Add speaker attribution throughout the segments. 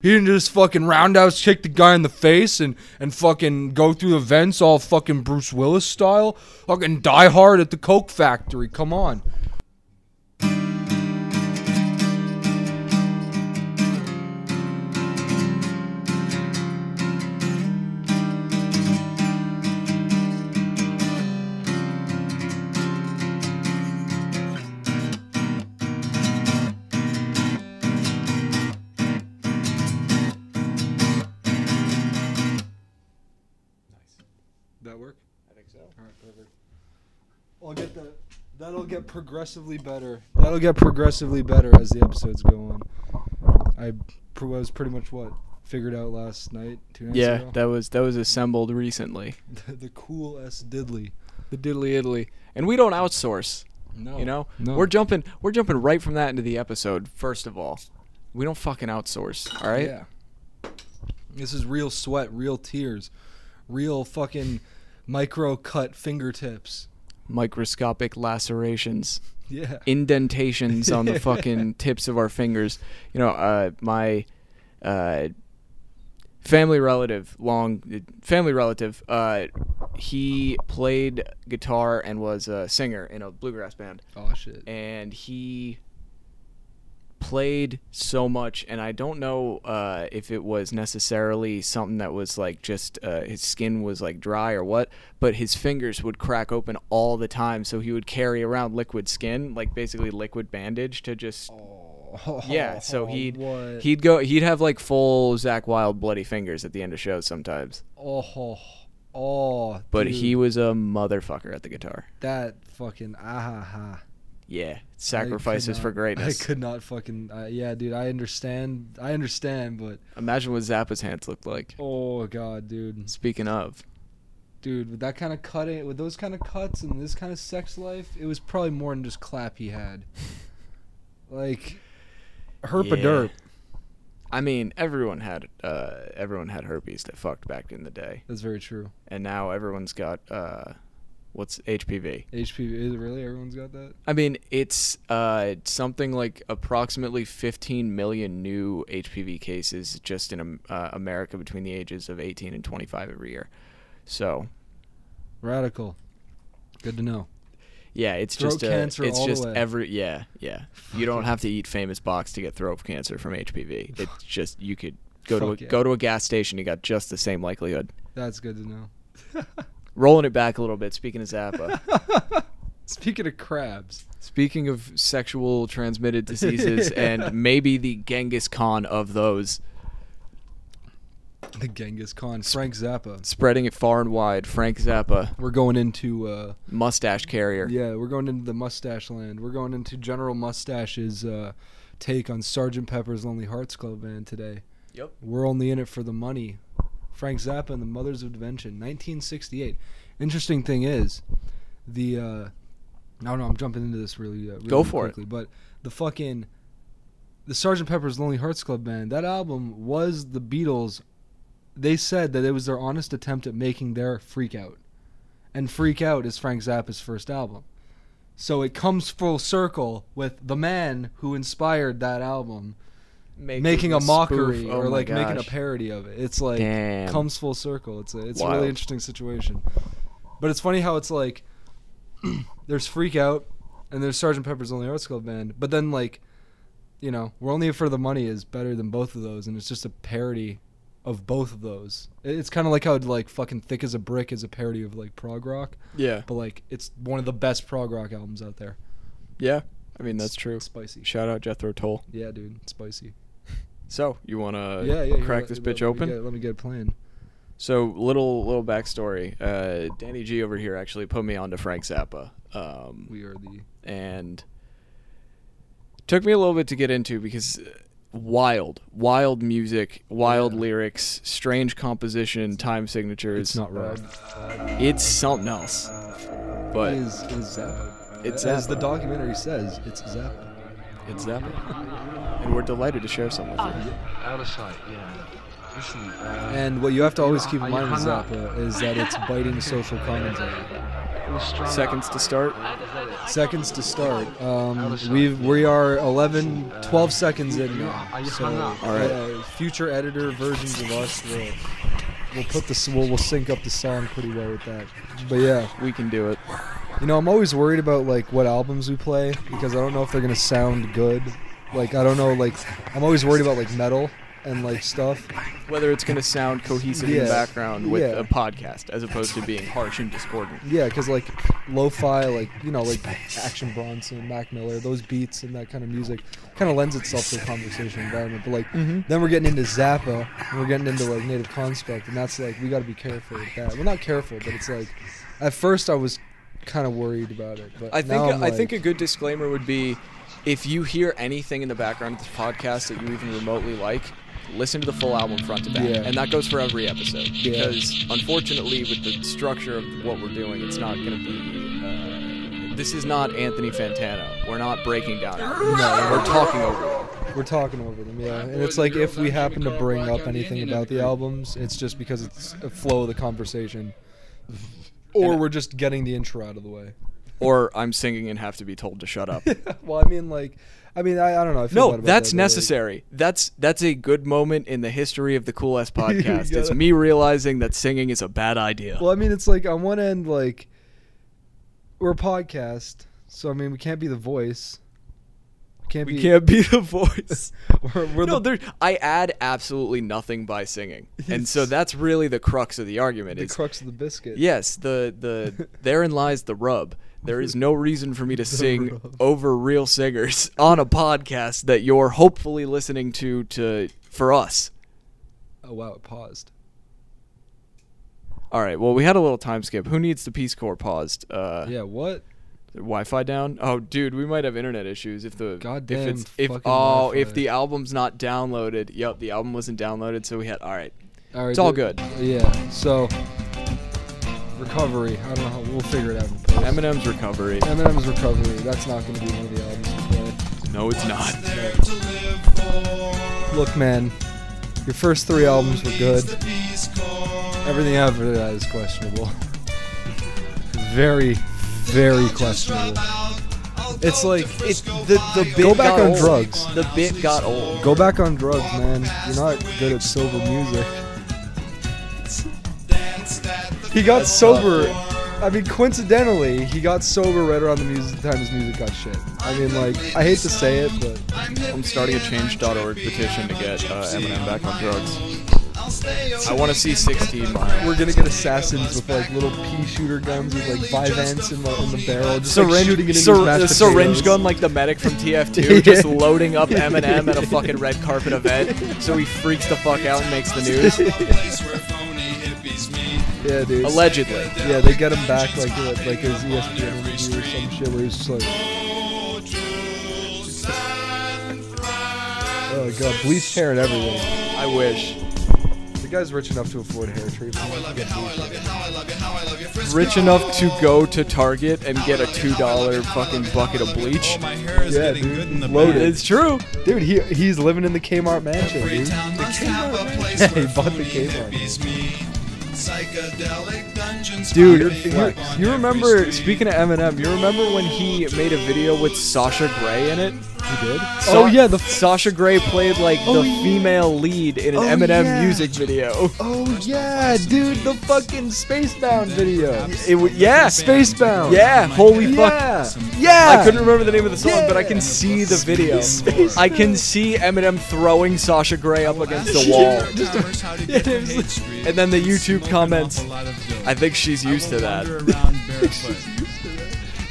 Speaker 1: He didn't just fucking roundhouse kick the guy in the face and, and fucking go through the vents all fucking Bruce Willis style. Fucking die hard at the Coke factory. Come on. That work?
Speaker 2: I think so.
Speaker 1: All right, perfect. I'll get the. That'll get progressively better. That'll get progressively better as the episodes go on. I pr- was pretty much what figured out last night, two nights
Speaker 2: Yeah,
Speaker 1: ago.
Speaker 2: that was that was assembled recently.
Speaker 1: the, the cool S diddly.
Speaker 2: The diddly Italy, and we don't outsource.
Speaker 1: No,
Speaker 2: You know,
Speaker 1: no.
Speaker 2: we're jumping we're jumping right from that into the episode. First of all, we don't fucking outsource. All right.
Speaker 1: Yeah. This is real sweat, real tears, real fucking micro cut fingertips.
Speaker 2: Microscopic lacerations.
Speaker 1: Yeah.
Speaker 2: indentations on the fucking tips of our fingers. You know, uh, my uh, family relative, long family relative, uh, he played guitar and was a singer in a bluegrass band,
Speaker 1: oh shit.
Speaker 2: and he played so much and i don't know uh, if it was necessarily something that was like just uh, his skin was like dry or what but his fingers would crack open all the time so he would carry around liquid skin like basically liquid bandage to just
Speaker 1: Oh,
Speaker 2: yeah so he'd
Speaker 1: what?
Speaker 2: he'd go he'd have like full zach wild bloody fingers at the end of shows sometimes
Speaker 1: oh oh.
Speaker 2: but
Speaker 1: dude,
Speaker 2: he was a motherfucker at the guitar
Speaker 1: that fucking ah ha ha.
Speaker 2: yeah
Speaker 1: I could
Speaker 2: sacrifices for
Speaker 1: not-
Speaker 2: greatness
Speaker 1: I could not fucking uh, yeah, dude. I understand. I understand, but
Speaker 2: imagine what zappa's hands looked like
Speaker 1: oh god, dude,
Speaker 2: speaking of
Speaker 1: dude, with that kind of cutting, with those kind of cuts and this kind of sex life, it was probably more than just clap he had. Like, herp a
Speaker 2: Yeah.
Speaker 1: derp.
Speaker 2: I mean, everyone had uh, everyone had herpes that fucked back in the day,
Speaker 1: That's very true.
Speaker 2: and now everyone's got uh, what's HPV.
Speaker 1: HPV. Is it really? Everyone's got that.
Speaker 2: I mean, it's uh, something like approximately 15 million new HPV cases just in um, uh, America between the ages of 18 and 25 every year. So
Speaker 1: Radical. Good to know.
Speaker 2: yeah, it's
Speaker 1: Throat
Speaker 2: just a-
Speaker 1: cancer
Speaker 2: it's
Speaker 1: all the
Speaker 2: just
Speaker 1: way.
Speaker 2: every yeah yeah. You don't have to eat famous box to get throat cancer from HPV. It's just you could go to a,
Speaker 1: Fuck yeah.
Speaker 2: go to a gas station, you got just the same likelihood.
Speaker 1: That's good to know.
Speaker 2: rolling it back a little bit. Speaking of Zappa,
Speaker 1: Speaking of crabs,
Speaker 2: speaking of sexual transmitted diseases and maybe the Genghis Khan of those,
Speaker 1: the Genghis Khan, Frank Zappa.
Speaker 2: spreading it far and wide. Frank Zappa,
Speaker 1: We're going into uh,
Speaker 2: mustache carrier.
Speaker 1: yeah, we're going into the mustache land. We're going into General Mustache's uh, take on Sergeant Pepper's Lonely Hearts Club Band today.
Speaker 2: Yep.
Speaker 1: We're only in it for the money. Frank Zappa and the Mothers of Invention, 1968. Interesting thing is, the uh, I don't know. I'm jumping into this really, uh, really
Speaker 2: Go for it.
Speaker 1: quickly, but the fucking the Sergeant Pepper's Lonely Hearts Club Band. That album was the Beatles. They said that it was their honest attempt at making their Freak Out, and Freak Out is Frank Zappa's first album. So it comes full circle with the man who inspired that album making a
Speaker 2: spoof-
Speaker 1: mockery
Speaker 2: oh
Speaker 1: or
Speaker 2: my
Speaker 1: like making a
Speaker 2: gosh.
Speaker 1: parody of it. It's like
Speaker 2: Damn.
Speaker 1: comes full circle. It's a, it's a
Speaker 2: Wild.
Speaker 1: really interesting situation. But it's funny how it's like there's Freak Out and there's Sergeant Pepper's Lonely Hearts Club Band, but then like you know, We're Only Here for the Money is better than both of those, and it's just a parody of both of those. It- It's kind of like how like fucking Thick as a Brick is a parody of like prog rock,
Speaker 2: Yeah,
Speaker 1: but like it's one of the best prog rock albums out there.
Speaker 2: yeah. I mean that's true.
Speaker 1: Spicy.
Speaker 2: Shout out Jethro Tull.
Speaker 1: Yeah, dude, spicy.
Speaker 2: So you wanna
Speaker 1: yeah, yeah. here,
Speaker 2: Oh, crack
Speaker 1: let-
Speaker 2: this
Speaker 1: let
Speaker 2: bitch
Speaker 1: me
Speaker 2: open?
Speaker 1: get- let me get a plan.
Speaker 2: So little little backstory. Uh, Danny G over here actually put me onto Frank Zappa. Um,
Speaker 1: We are the
Speaker 2: and took me a little bit to get into because uh, wild, wild music, wild
Speaker 1: Yeah.
Speaker 2: lyrics, strange composition, time signatures. Uh,
Speaker 1: It's not right.
Speaker 2: It's something else. But
Speaker 1: it is, it is Zappa.
Speaker 2: It's
Speaker 1: As
Speaker 2: Zappa.
Speaker 1: the documentary says, it's Zappa.
Speaker 2: it's Zappa, and we're delighted to share some with you.
Speaker 3: Out of sight, yeah. Listen, uh,
Speaker 1: And what you have to always keep in
Speaker 3: Are you
Speaker 1: mind with
Speaker 3: hung up?
Speaker 1: Zappa is that it's biting social commentary.
Speaker 3: Lestrade.
Speaker 2: Seconds to start.
Speaker 1: Seconds to start. Um,
Speaker 3: Alice,
Speaker 1: we
Speaker 3: yeah.
Speaker 1: we are 11,
Speaker 3: Uh,
Speaker 1: 12 seconds in
Speaker 3: you-
Speaker 1: now.
Speaker 3: you
Speaker 1: So,
Speaker 3: hung up.
Speaker 1: uh, future editor versions of us will will put the we'll, we'll sync up the song pretty well with that. But yeah,
Speaker 2: We can do it.
Speaker 1: you know, I'm always worried about like what albums we play because I don't know if they're gonna sound good. Like I don't know, like I'm always worried about like metal and like stuff.
Speaker 2: Whether it's going to sound cohesive in
Speaker 1: Yeah.
Speaker 2: the background with
Speaker 1: Yeah.
Speaker 2: a podcast as opposed to being harsh and discordant.
Speaker 1: Yeah, because like lo-fi, like you know, like Action Bronson, Mac Miller, those beats and that kind of music kind of lends itself to a conversation environment. But like then we're getting into Zappa, and we're getting into like Native Construct, and that's like we got to be careful with that. Well, not careful, but it's like at first I was kind of worried about it, but
Speaker 2: I think
Speaker 1: now I'm
Speaker 2: I think a
Speaker 1: like,
Speaker 2: good disclaimer would be if you hear anything in the background of this podcast that you even remotely like, listen to the full album front to back.
Speaker 1: Yeah.
Speaker 2: And that goes for every episode
Speaker 1: Yeah.
Speaker 2: because unfortunately with the structure of what we're doing, it's not going to be uh, this is not Anthony Fantano. We're not breaking down. albums.
Speaker 1: No.
Speaker 2: We're talking over. it.
Speaker 1: we're talking over them, yeah. And it's like if we happen to bring up anything about the albums, it's just because it's a flow of the conversation. Or we're just getting the intro out of the way.
Speaker 2: Or I'm singing and have to be told to shut up.
Speaker 1: well, I mean, like, I mean, I, I don't know. I feel bad
Speaker 2: No,
Speaker 1: about
Speaker 2: that's
Speaker 1: that, but, like,
Speaker 2: necessary. that's that's a good moment in the history of the Cool S podcast.
Speaker 1: You
Speaker 2: It's
Speaker 1: gotta-
Speaker 2: me realizing that singing is a bad idea.
Speaker 1: well, I mean, it's like on one end, like, we're a podcast, so I mean, we can't be the voice. We can't
Speaker 2: we
Speaker 1: be.
Speaker 2: can't be the voice.
Speaker 1: We're, we're
Speaker 2: no,
Speaker 1: the,
Speaker 2: there. I add absolutely nothing by singing, and so that's really the crux of the argument.
Speaker 1: the
Speaker 2: is
Speaker 1: crux of the biscuit.
Speaker 2: yes, the the therein lies the rub. There is no reason for me to sing
Speaker 1: rub.
Speaker 2: over real singers on a podcast that you're hopefully listening to to for us.
Speaker 1: Oh wow, it paused.
Speaker 2: All right. Well, we had a little time skip. Who needs the Peace Corps paused? Uh,
Speaker 1: Yeah. What?
Speaker 2: Wi-Fi down? Oh, dude, we might have internet issues if the
Speaker 1: Goddamn
Speaker 2: if it's if oh
Speaker 1: fucking Wi-Fi.
Speaker 2: if the album's not downloaded. Yep, the album wasn't downloaded, so we had all right.
Speaker 1: All right.
Speaker 2: It's all
Speaker 1: there-
Speaker 2: good.
Speaker 1: Yeah. So recovery. I don't know. how We'll figure it out. in post.
Speaker 2: Eminem's recovery.
Speaker 1: Eminem's recovery. That's not going to be one of the albums we play.
Speaker 2: No, it's not.
Speaker 1: Look, man, your first three albums were good. Everything after that is questionable. Very, very questionable.
Speaker 2: It's like it, the the bit
Speaker 1: Go back
Speaker 2: got
Speaker 1: on
Speaker 2: old.
Speaker 1: drugs.
Speaker 2: The bit got old.
Speaker 1: Go back on drugs, man. You're not good at sober music. He got sober. I mean, coincidentally, he got sober right around the music time his music got shit. I mean, like, I hate to say it, but
Speaker 2: I'm starting a change.org petition to get uh, Eminem back on drugs. I want to see 16 miles.
Speaker 1: we're gonna get assassins with like little pea shooter guns with like five ants in the, in the barrel, just like,
Speaker 2: Syringe,
Speaker 1: shooting it in
Speaker 2: syr-
Speaker 1: his mashed
Speaker 2: the syringe
Speaker 1: potatoes.
Speaker 2: gun like the medic from TF2, just loading up Eminem at a fucking red carpet event, so he freaks the fuck out and makes the news.
Speaker 1: Yeah, dude.
Speaker 2: Allegedly.
Speaker 1: Yeah, they get him back like uh, like his ESPN interview or some shit where he's just like. Oh god, bleached hair and everything.
Speaker 2: I wish.
Speaker 1: The guy's rich enough to afford hair treatment.
Speaker 2: Rich enough to go to Target and get a two dollar fucking bucket of bleach.
Speaker 1: Yeah, dude, loaded.
Speaker 2: It's true.
Speaker 1: Dude, he he's living in the Kmart mansion, dude. Yeah, he bought the Kmart. Dude, you- you, you remember? Speaking of Eminem, you
Speaker 2: You remember when he made a video with Sasha Grey in it?
Speaker 1: he did?
Speaker 2: Sa- Sasha Grey played like
Speaker 1: Oh,
Speaker 2: the
Speaker 1: yeah.
Speaker 2: female lead in
Speaker 1: Oh,
Speaker 2: an Eminem
Speaker 1: yeah.
Speaker 2: music video.
Speaker 1: Oh yeah, dude, the fucking Spacebound video.
Speaker 2: It w- yeah,
Speaker 1: Spacebound.
Speaker 2: Yeah, holy
Speaker 1: Oh, Yeah.
Speaker 2: fuck.
Speaker 1: Yeah.
Speaker 2: I couldn't remember the name of the song, but I
Speaker 1: Yeah.
Speaker 2: can see the video.
Speaker 1: Spacebound.
Speaker 2: I can see Eminem throwing Sasha Grey up against the wall.
Speaker 1: Just
Speaker 2: And then the YouTube comments. I think she's used to that.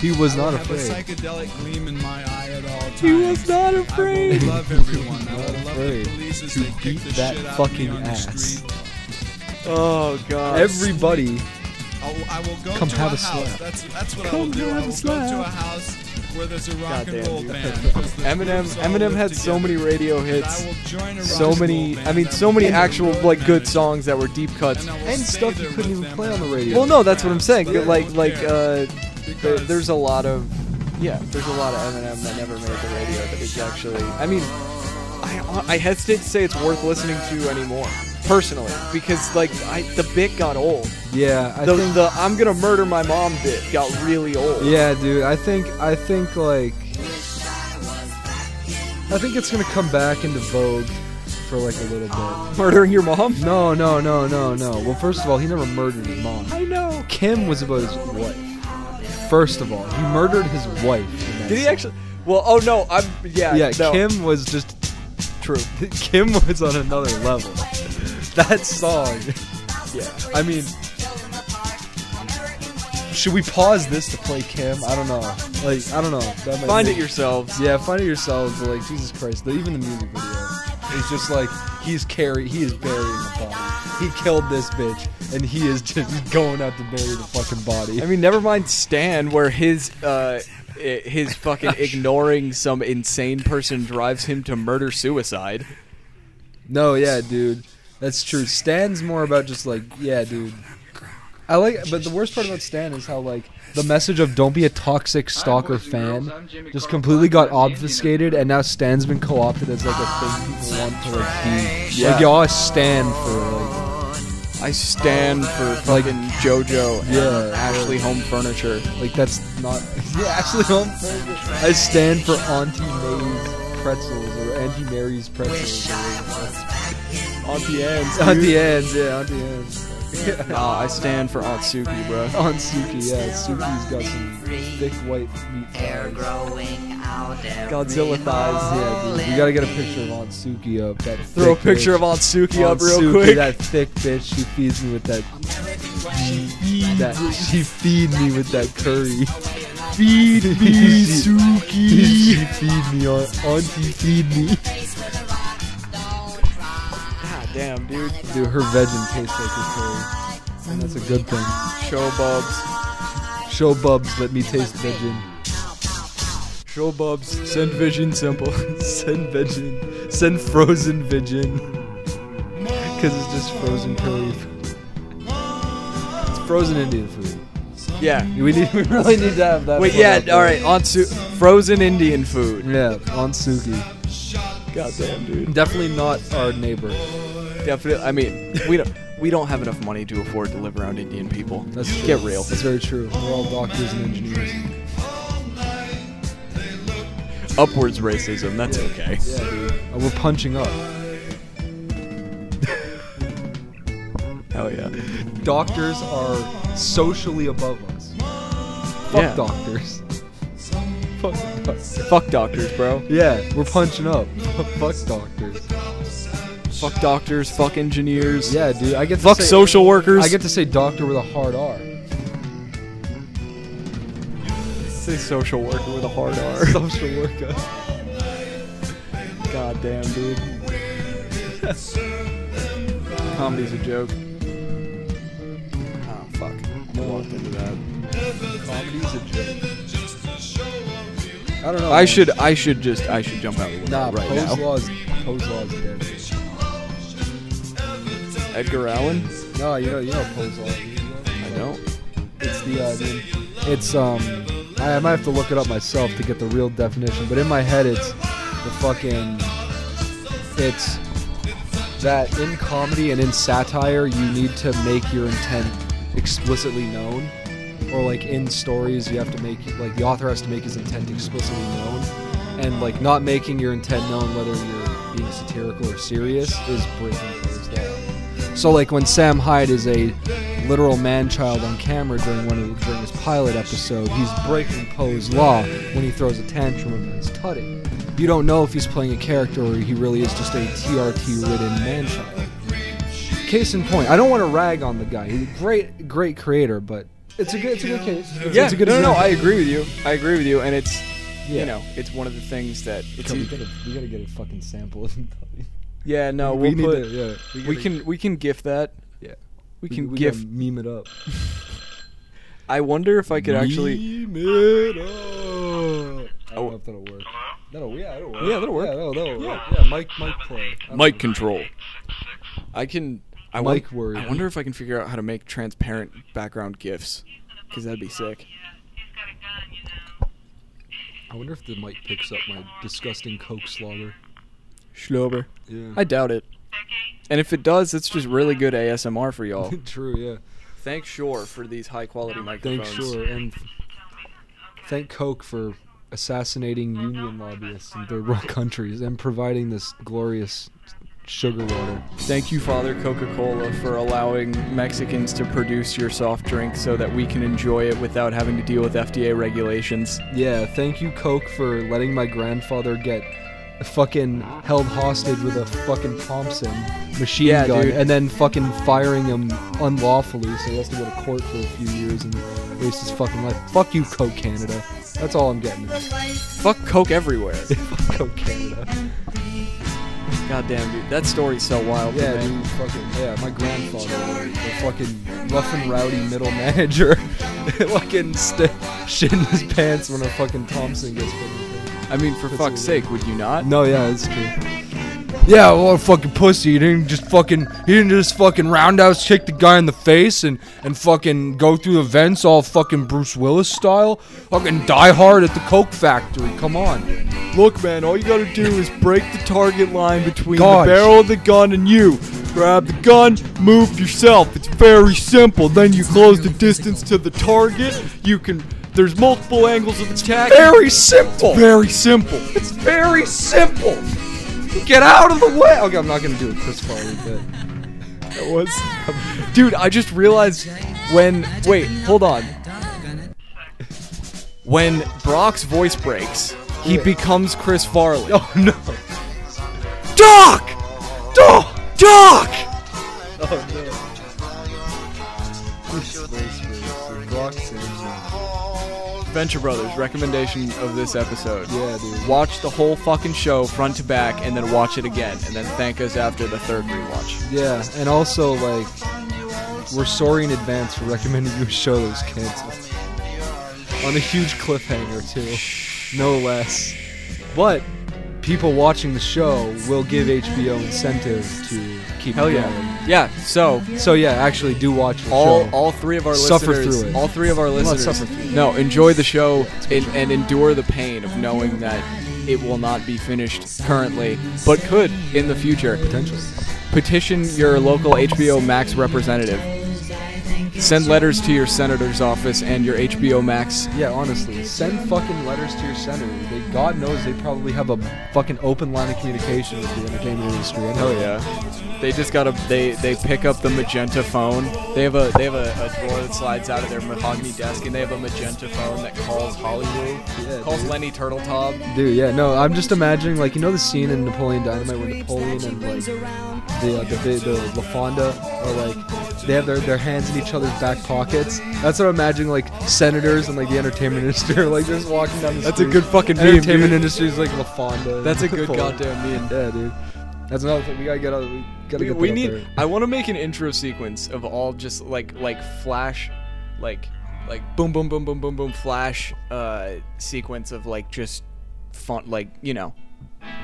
Speaker 1: He was not
Speaker 4: Have a
Speaker 1: afraid.
Speaker 4: psychedelic gleam in my eye at all times.
Speaker 2: He was not
Speaker 4: I
Speaker 2: afraid.
Speaker 4: will love everyone. I will love the
Speaker 1: Afraid
Speaker 4: police as
Speaker 1: to
Speaker 4: they kick
Speaker 1: beat
Speaker 4: the
Speaker 1: that
Speaker 4: shit out of me
Speaker 1: fucking
Speaker 4: on the
Speaker 1: ass.
Speaker 4: street.
Speaker 2: Oh god.
Speaker 1: Everybody,
Speaker 4: I will, I will go
Speaker 1: Come
Speaker 4: to
Speaker 1: have
Speaker 4: a
Speaker 1: a slap.
Speaker 4: house. That's, that's what I
Speaker 1: Come
Speaker 4: will do. I
Speaker 1: have a
Speaker 4: will go
Speaker 1: slap.
Speaker 4: to a house where there's a rock
Speaker 2: Goddamn,
Speaker 4: and roll
Speaker 2: dude.
Speaker 4: band. 'cause the
Speaker 2: Eminem
Speaker 4: groups all
Speaker 2: Eminem
Speaker 4: live
Speaker 2: had so many
Speaker 4: together.
Speaker 2: radio
Speaker 4: And I
Speaker 2: hits.
Speaker 4: will join a rock
Speaker 2: So
Speaker 4: and
Speaker 2: many
Speaker 4: roll
Speaker 2: I mean
Speaker 4: band.
Speaker 2: so many
Speaker 4: will be a
Speaker 2: actual
Speaker 4: road
Speaker 2: like good
Speaker 4: manager.
Speaker 2: songs that were deep cuts.
Speaker 4: And I will
Speaker 1: and
Speaker 4: stay
Speaker 1: stuff you
Speaker 4: there
Speaker 1: couldn't
Speaker 4: with
Speaker 1: even
Speaker 4: them
Speaker 1: play on the
Speaker 4: and
Speaker 1: radio.
Speaker 2: Well no, that's what I'm saying.
Speaker 4: They
Speaker 2: Like
Speaker 4: don't
Speaker 2: like
Speaker 4: care.
Speaker 2: uh there,
Speaker 4: Because
Speaker 2: there's a lot of yeah, there's a lot of Eminem that never made the radio that is actually I mean I I hesitate to say it's worth listening to anymore.
Speaker 5: personally because like I, the bit got old.
Speaker 1: Yeah, I
Speaker 5: The,
Speaker 1: think.
Speaker 5: the I'm gonna murder my mom bit got really old.
Speaker 1: yeah, dude. I think. I think like. I think it's gonna come back into vogue for like a little bit.
Speaker 5: Murdering your mom?
Speaker 1: No, no, no, no, no. Well, first of all, he never murdered his mom.
Speaker 5: I know.
Speaker 1: Kim was about his wife. First of all, he murdered his wife. in that
Speaker 5: Did he
Speaker 1: scene.
Speaker 5: actually? Well, oh no, I'm yeah.
Speaker 1: Yeah,
Speaker 5: no,
Speaker 1: Kim was just
Speaker 5: True.
Speaker 1: Kim was on another level. That song.
Speaker 5: Yeah.
Speaker 1: I mean, should we pause this to play Kim? I don't know. Like, I don't know. That might
Speaker 5: Find
Speaker 1: make-
Speaker 5: it yourselves.
Speaker 1: Yeah, find it yourselves. but, Like, Jesus Christ. the- Even the music video is just like he's carry. He is burying the body. He killed this bitch, and he is just going out to bury the fucking body.
Speaker 2: I mean, never mind Stan, where his uh, i- his fucking ignoring some insane person drives him to murder suicide.
Speaker 1: No, yeah, dude. That's true. Stan's more about just like, yeah, dude. I like, but the worst part about Stan is how like the message of "Don't be a toxic stalker
Speaker 3: boys and girls,
Speaker 1: fan"
Speaker 3: I'm Jimmy
Speaker 1: just
Speaker 3: Carter
Speaker 1: completely got
Speaker 3: Blackman, Indian
Speaker 1: obfuscated, and now Stan's been co-opted as like a thing people want to like be.
Speaker 2: Yeah.
Speaker 1: Like y'all are Stan for
Speaker 2: I stand for
Speaker 1: Like-
Speaker 2: fucking JoJo and
Speaker 1: Yeah.
Speaker 2: Ashley Home Furniture.
Speaker 1: like, like that's not. yeah, actually, I'm I stand for Auntie May's pretzels or Auntie Mary's pretzels.
Speaker 2: Auntie Anne's.
Speaker 1: Auntie Anne's, yeah, Auntie Anne's.
Speaker 2: Nah, I stand for Aunt Suki, bro.
Speaker 1: On Suki, yeah, Suki's got some thick white meat.
Speaker 6: Hair
Speaker 1: thighs.
Speaker 6: growing out
Speaker 1: Godzilla thighs. Yeah, dude. We gotta get a picture of Aunt Suki up. That
Speaker 2: Throw a
Speaker 1: thick
Speaker 2: picture
Speaker 1: bitch.
Speaker 2: of Aunt Suki
Speaker 1: Aunt
Speaker 2: up real
Speaker 1: Suki,
Speaker 2: quick.
Speaker 1: That thick bitch. She feeds me with that. that she feed me with that curry. Feed me, Suki. she feed me, Aunt, Auntie. Feed me.
Speaker 2: God damn, dude.
Speaker 1: Dude, her veggie tastes like her curry, and that's a good thing.
Speaker 2: Show bubs.
Speaker 1: Show Bubs, let me taste veggie.
Speaker 2: Show bubs. Send vision simple.
Speaker 1: Send veggie. Send frozen veggie. Because it's just frozen curry. It's frozen Indian food.
Speaker 2: Yeah.
Speaker 1: We need. We really need to have that.
Speaker 2: Wait,
Speaker 1: one
Speaker 2: yeah,
Speaker 1: out there.
Speaker 2: alright, Aunt Su- Frozen Indian food.
Speaker 1: Yeah, on Suki.
Speaker 2: God damn, dude.
Speaker 1: Definitely not our neighbor.
Speaker 2: Definitely. I mean, we don't we don't have enough money to afford to live around Indian people.
Speaker 1: That's true.
Speaker 2: Get real.
Speaker 1: That's very true. We're all doctors and engineers.
Speaker 2: Upwards racism. That's okay.
Speaker 1: Yeah, dude. Uh, we're punching up.
Speaker 2: Hell yeah.
Speaker 1: Doctors are socially above us. Fuck
Speaker 2: Yeah.
Speaker 1: doctors. Fuck doctors.
Speaker 2: Fuck doctors, bro.
Speaker 1: Yeah, we're punching up. Fuck doctors.
Speaker 2: Fuck doctors. Fuck engineers.
Speaker 1: Yeah, dude. I get to
Speaker 2: Fuck
Speaker 1: say-
Speaker 2: social workers.
Speaker 1: I get to say doctor with a hard R.
Speaker 2: say social worker with a hard R.
Speaker 1: Social worker.
Speaker 2: God damn, dude. Comedy's a joke. Oh fuck. I walked into that.
Speaker 1: Comedy's a joke. I don't know.
Speaker 2: I
Speaker 1: man.
Speaker 2: should I should just I should jump out the window
Speaker 1: Oh, Nah,
Speaker 2: right
Speaker 1: Poe's
Speaker 2: now.
Speaker 1: Law's Poe's Law's dead.
Speaker 2: Edgar Allan?
Speaker 1: No, you know, you know Poe's Law. You know?
Speaker 2: I don't.
Speaker 1: It's the uh, the- it's um I, I might have to look it up myself to get the real definition, but in my head it's the fucking it's that in comedy and in satire you need to make your intent explicitly known or like in stories you have to make like the author has to make his intent explicitly known and like not making your intent known whether you're being satirical or serious is breaking Poe's law. So like when Sam Hyde is a literal man child on camera during one of during his pilot episode, he's breaking Poe's law when he throws a tantrum about his tutting. You don't know if he's playing a character or he really is just a TRT ridden man child. Case in point, I don't want to rag on the guy. He's a great great creator, but it's a good it's a good case. It's,
Speaker 2: Yeah,
Speaker 1: it's a good
Speaker 2: no, no, no, I
Speaker 1: example.
Speaker 2: agree with you. I agree with you, and it's
Speaker 1: Yeah.
Speaker 2: you know, it's one of the things that it's
Speaker 1: Come, we,
Speaker 2: e-
Speaker 1: gotta, we gotta get a fucking sample of him. tutting.
Speaker 2: yeah, no,
Speaker 1: we
Speaker 2: we'll
Speaker 1: need
Speaker 2: put,
Speaker 1: to, yeah, we
Speaker 2: we,
Speaker 1: gotta-
Speaker 2: can we can gift that.
Speaker 1: Yeah.
Speaker 2: We can
Speaker 1: we
Speaker 2: gift
Speaker 1: gotta meme it up.
Speaker 2: I wonder if I could actually Oh.
Speaker 1: Meme it up. I don't know if that'll work. That'll, yeah, that'll work.
Speaker 2: Yeah, that'll work.
Speaker 1: Yeah, that'll, that'll work. Yeah, Mike, Mike play. I don't know.
Speaker 2: control. I can. I
Speaker 1: Mic
Speaker 2: won-
Speaker 1: worry.
Speaker 2: I wonder if I can figure out how to make transparent background gifs, because that'd be sick.
Speaker 1: I wonder if the mic picks up my disgusting Coke slobber.
Speaker 2: Schlober.
Speaker 1: Yeah.
Speaker 2: I doubt it. And if it does, it's just really good ASMR for y'all.
Speaker 1: Oh. True, yeah.
Speaker 2: Thanks Shore for these high quality
Speaker 1: Thanks,
Speaker 2: microphones.
Speaker 1: sure. And thank Coke for assassinating union lobbyists in third world countries and providing this glorious sugar water.
Speaker 2: Thank you, Father Coca Cola, for allowing Mexicans to produce your soft drink so that we can enjoy it without having to deal with FDA regulations.
Speaker 1: Yeah, thank you, Coke, for letting my grandfather get fucking held hostage with a fucking Thompson machine
Speaker 2: Yeah,
Speaker 1: gun
Speaker 2: dude.
Speaker 1: and then fucking firing him unlawfully so he has to go to court for a few years and waste his fucking life. Fuck you, Coke Canada. That's all I'm getting.
Speaker 2: Fuck Coke everywhere.
Speaker 1: Fuck Coke Canada.
Speaker 2: Goddamn, dude. That story's so wild.
Speaker 1: Yeah,
Speaker 2: to me.
Speaker 1: dude, fucking, yeah, my grandfather, the fucking rough and rowdy middle manager, fucking st- shitting his pants when a fucking Thompson gets put in.
Speaker 2: I mean, for
Speaker 1: That's
Speaker 2: fuck's
Speaker 1: really-
Speaker 2: sake, would you not?
Speaker 1: No, yeah, that's true. Yeah, well, fucking pussy. He didn't just fucking. He didn't just fucking roundhouse kick the guy in the face and and fucking go through the vents all fucking Bruce Willis style. Fucking die hard at the Coke factory. Come on.
Speaker 2: Look, man, all you gotta do is break the target line between
Speaker 1: Dodge.
Speaker 2: of the gun and you. Grab the gun, move yourself. It's very simple. Then you close the distance to the target. You can. There's multiple angles of attack.
Speaker 1: Very simple.
Speaker 2: very simple.
Speaker 1: It's very simple. Get out of the way. Okay, I'm not gonna do a Chris Farley bit.
Speaker 2: That was. Dude, I just realized when. Wait, hold on. When Brock's voice breaks, he
Speaker 1: Yeah.
Speaker 2: becomes Chris Farley.
Speaker 1: Oh no.
Speaker 2: Doc! Doc! Doc! Venture Brothers recommendation of this episode.
Speaker 1: Yeah, dude.
Speaker 2: Watch the whole fucking show front to back and then watch it again and then thank us after the third rewatch.
Speaker 1: Yeah, and also like, we're sorry in advance for recommending you a show that was canceled on a huge cliffhanger too, no less. But people watching the show will give HBO incentive to keep
Speaker 2: Hell
Speaker 1: it
Speaker 2: yeah. Yeah, so
Speaker 1: going. So yeah, actually do watch the
Speaker 2: all
Speaker 1: show.
Speaker 2: all three of our
Speaker 1: Suffer
Speaker 2: listeners
Speaker 1: through it.
Speaker 2: all three of our
Speaker 1: not
Speaker 2: listeners
Speaker 1: suffer through it.
Speaker 2: no enjoy the show and, and endure the pain of knowing that it will not be finished currently but could in the future
Speaker 1: potential.
Speaker 2: petition your local HBO Max representative send letters to your senator's office and your HBO Max
Speaker 1: Yeah, honestly, send fucking letters to your senator. They, God knows they probably have a fucking open line of communication with the entertainment industry.
Speaker 2: Oh yeah, they just got a they they pick up the magenta phone. They have a they have a, a drawer that slides out of their mahogany desk, and they have a magenta phone that calls Hollywood,
Speaker 1: Yeah,
Speaker 2: calls
Speaker 1: dude.
Speaker 2: Lenny Turtletop.
Speaker 1: Dude, yeah, no, I'm just imagining, like, you know the scene in Napoleon Dynamite where Napoleon and, like, the, uh, the, the, the LaFonda are, like, they have their, their hands in each other's back pockets? That's what I'm imagining, like, senators and, like, the entertainment industry are, like, just walking down the
Speaker 2: That's a
Speaker 1: street.
Speaker 2: good fucking meme,
Speaker 1: Entertainment
Speaker 2: dude.
Speaker 1: industry is, like, LaFonda. and
Speaker 2: That's a good
Speaker 1: Napoleon.
Speaker 2: goddamn meme.
Speaker 1: Yeah, dude. That's another thing. We gotta get out we gotta
Speaker 2: We,
Speaker 1: get
Speaker 2: we
Speaker 1: that up
Speaker 2: need.
Speaker 1: there.
Speaker 2: I want to make an intro sequence of all just like like flash, like like boom boom boom boom boom boom flash uh sequence of like just font like you know,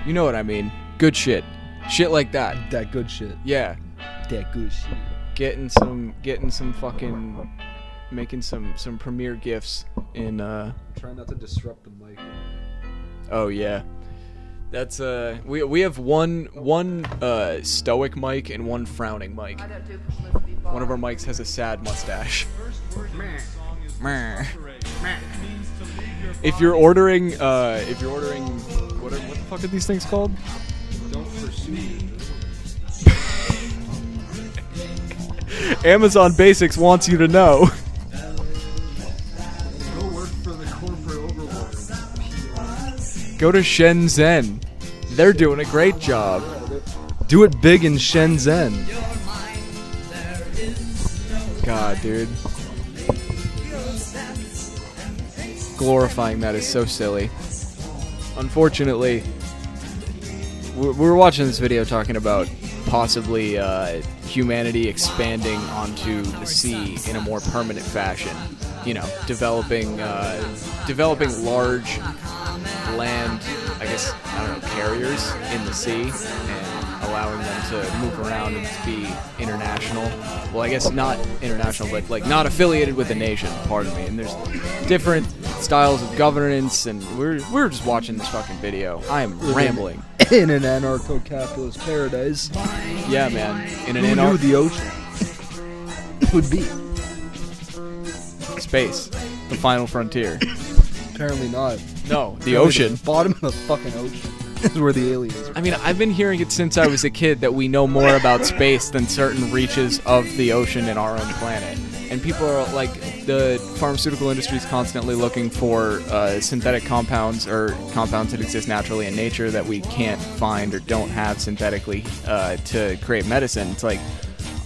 Speaker 2: you know what I mean. Good shit, shit like that.
Speaker 1: That good shit.
Speaker 2: Yeah.
Speaker 1: That good shit.
Speaker 2: getting some getting some fucking making some some premiere gifts in uh
Speaker 1: Try not to disrupt the mic.
Speaker 2: oh yeah that's uh we we have one one uh stoic mic and one frowning mic one of our mics has a sad mustache Meh. if you're ordering uh if you're ordering what are, what the fuck are these things called Amazon Basics wants you to
Speaker 1: Go
Speaker 2: know
Speaker 1: work for the corporate overlord.
Speaker 2: go to Shenzhen they're doing a great job
Speaker 1: Do it big in Shenzhen.
Speaker 2: God, dude. Glorifying that is so silly. Unfortunately, we we were watching this video talking about possibly uh, humanity expanding onto the sea in a more permanent fashion. You know, developing uh, developing large land, I guess I don't know, carriers in the sea and allowing them to move around and to be international. Well, I guess not international, but like not affiliated with a nation. Pardon me. And there's different styles of governance, and we're we're just watching this fucking video. I am rambling.
Speaker 1: in an anarcho-capitalist paradise.
Speaker 2: Yeah, man. In an
Speaker 1: Who knew
Speaker 2: anarch
Speaker 1: the ocean would be?
Speaker 2: space, the final frontier.
Speaker 1: Apparently not.
Speaker 2: No, the
Speaker 1: Apparently
Speaker 2: ocean.
Speaker 1: the bottom of the fucking ocean is where the aliens are.
Speaker 2: I mean, I've been hearing it since I was a kid that we know more about space than certain reaches of the ocean and our own planet. And people are like, the pharmaceutical industry is constantly looking for uh, synthetic compounds or compounds that exist naturally in nature that we can't find or don't have synthetically uh, to create medicine. It's like,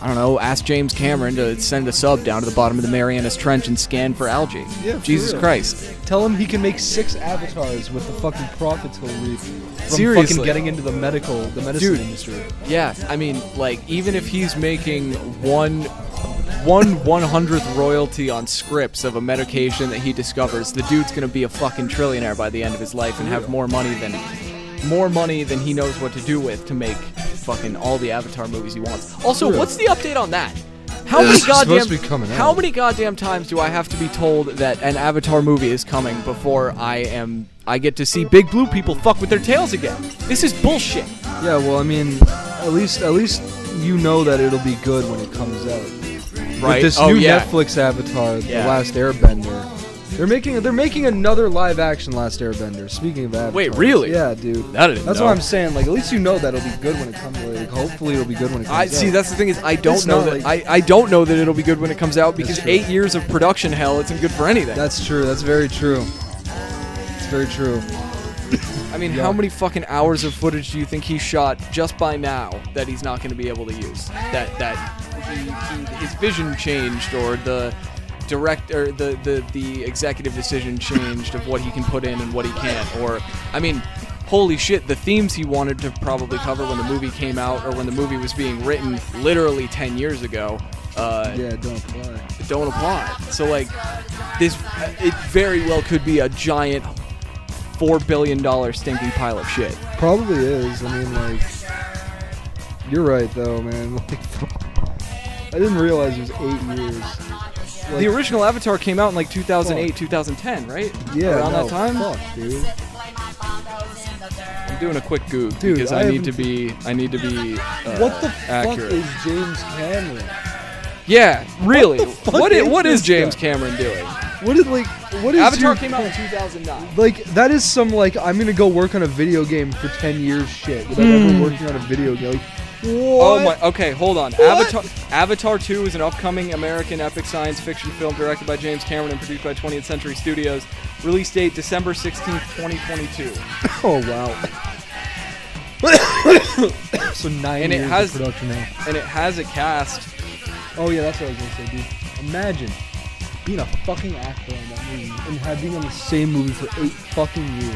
Speaker 2: I don't know, ask James Cameron to send a sub down to the bottom of the Marianas Trench and scan for algae.
Speaker 1: Yeah, for
Speaker 2: Jesus
Speaker 1: real.
Speaker 2: Christ.
Speaker 1: Tell him he can make six avatars with the fucking profits he'll reap from fucking
Speaker 2: Seriously.
Speaker 1: getting into the medical, the medicine
Speaker 2: Dude.
Speaker 1: industry.
Speaker 2: Yeah, I mean, like even if he's making one one one hundredth royalty on scripts of a medication that he discovers, the dude's gonna be a fucking trillionaire by the end of his life and have more money than more money than he knows what to do with to make fucking all the Avatar movies he wants. Also,
Speaker 1: True.
Speaker 2: what's the update on that? How
Speaker 1: It's
Speaker 2: many
Speaker 1: supposed
Speaker 2: goddamn
Speaker 1: to be coming out.
Speaker 2: how many goddamn times do I have to be told that an Avatar movie is coming before I am I get to see big blue people fuck with their tails again? This is bullshit.
Speaker 1: Yeah, well, I mean, at least at least you know that it'll be good when it comes out.
Speaker 2: Right.
Speaker 1: With this
Speaker 2: oh
Speaker 1: new
Speaker 2: yeah.
Speaker 1: Netflix Avatar, The
Speaker 2: Yeah.
Speaker 1: Last Airbender. They're making they're making another live action Last Airbender. Speaking of Avatar,
Speaker 2: Wait, really?
Speaker 1: Yeah, dude.
Speaker 2: That I didn't
Speaker 1: That's
Speaker 2: know.
Speaker 1: what I'm saying. Like, at least you know that it'll be good when it comes. out. Like, hopefully, it'll be good when it comes.
Speaker 2: I
Speaker 1: out.
Speaker 2: see. That's the thing is, I don't
Speaker 1: It's
Speaker 2: know
Speaker 1: not
Speaker 2: that
Speaker 1: like-
Speaker 2: I, I don't know that it'll be good when it comes out because
Speaker 1: true.
Speaker 2: eight years of production hell isn't good for anything.
Speaker 1: that's true. That's very true. It's very true.
Speaker 2: I mean,
Speaker 1: yeah.
Speaker 2: how many fucking hours of footage do you think he shot just by now that he's not going to be able to use? That that he, he, his vision changed or the direct or the, the the executive decision changed of what he can put in and what he can't. Or I mean, holy shit, the themes he wanted to probably cover when the movie came out or when the movie was being written literally ten years ago. Uh,
Speaker 1: Yeah, don't apply.
Speaker 2: don't apply. So like this, it very well could be a giant four billion dollar stinking pile of shit.
Speaker 1: Probably is. I mean, like, you're right though, man. Like, I didn't realize it was eight years. Like,
Speaker 2: The original Avatar came out in like 2008,
Speaker 1: Fuck.
Speaker 2: 2010, right?
Speaker 1: yeah,
Speaker 2: around
Speaker 1: no,
Speaker 2: that time.
Speaker 1: fuck, dude.
Speaker 2: I'm doing a quick Google
Speaker 1: Dude,
Speaker 2: because I,
Speaker 1: I
Speaker 2: need to
Speaker 1: haven't-
Speaker 2: be. I need to be. Uh,
Speaker 1: What the
Speaker 2: accurate.
Speaker 1: fuck is James Cameron?
Speaker 2: Yeah, really.
Speaker 1: fuck
Speaker 2: What i-
Speaker 1: is
Speaker 2: what is
Speaker 1: this
Speaker 2: James
Speaker 1: guy?
Speaker 2: Cameron doing?
Speaker 1: What did like? What is
Speaker 2: Avatar
Speaker 1: your-
Speaker 2: came out in 2009.
Speaker 1: Like that is some like I'm gonna go work on a video game for ten years shit without ever working on a video game. Like,
Speaker 2: Hmm. Oh
Speaker 1: what?
Speaker 2: my. Okay, hold on. Avatar. Avatar 2 is an upcoming American epic science fiction film directed by James Cameron and produced by 20th Century Studios. Release date December 16th, 2022.
Speaker 1: Oh wow. so nine
Speaker 2: And it
Speaker 1: years
Speaker 2: has-
Speaker 1: of production now.
Speaker 2: And it has a cast.
Speaker 1: Oh yeah, that's what I was gonna say, dude. Imagine being a fucking actor on that movie and have being on the same movie for eight fucking years.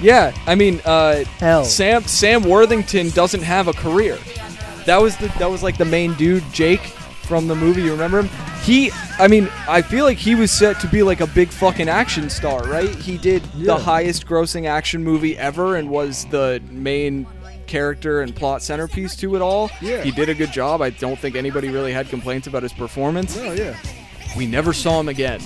Speaker 2: Yeah, I mean, uh,
Speaker 1: Hell.
Speaker 2: Sam Sam Worthington doesn't have a career. That was the that was like the main dude, Jake from the movie. You remember him? He, I mean, I feel like he was set to be like a big fucking action star, right? He did
Speaker 1: Yeah.
Speaker 2: the highest grossing action movie ever and was the main character and plot centerpiece to it all.
Speaker 1: Yeah.
Speaker 2: He did a good job. I don't think anybody really had complaints about his performance.
Speaker 1: Oh yeah.
Speaker 2: We never saw him again.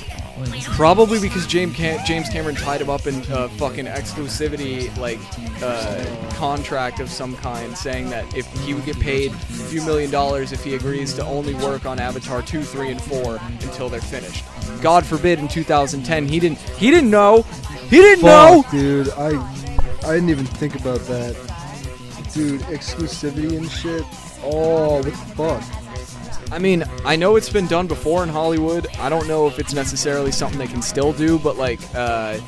Speaker 2: Probably because James Cam- James Cameron tied him up in a fucking exclusivity like uh, contract of some kind, saying that if he would get paid a few million dollars if he agrees to only work on Avatar two, three, and four until they're finished. God forbid, in 2010 he didn't he didn't know he didn't know.
Speaker 1: Fuck, dude. I I didn't even think about that. Dude, exclusivity and shit. Oh, what the fuck?
Speaker 2: I mean, I know it's been done before in Hollywood. I don't know if it's necessarily something they can still do, but like, uh,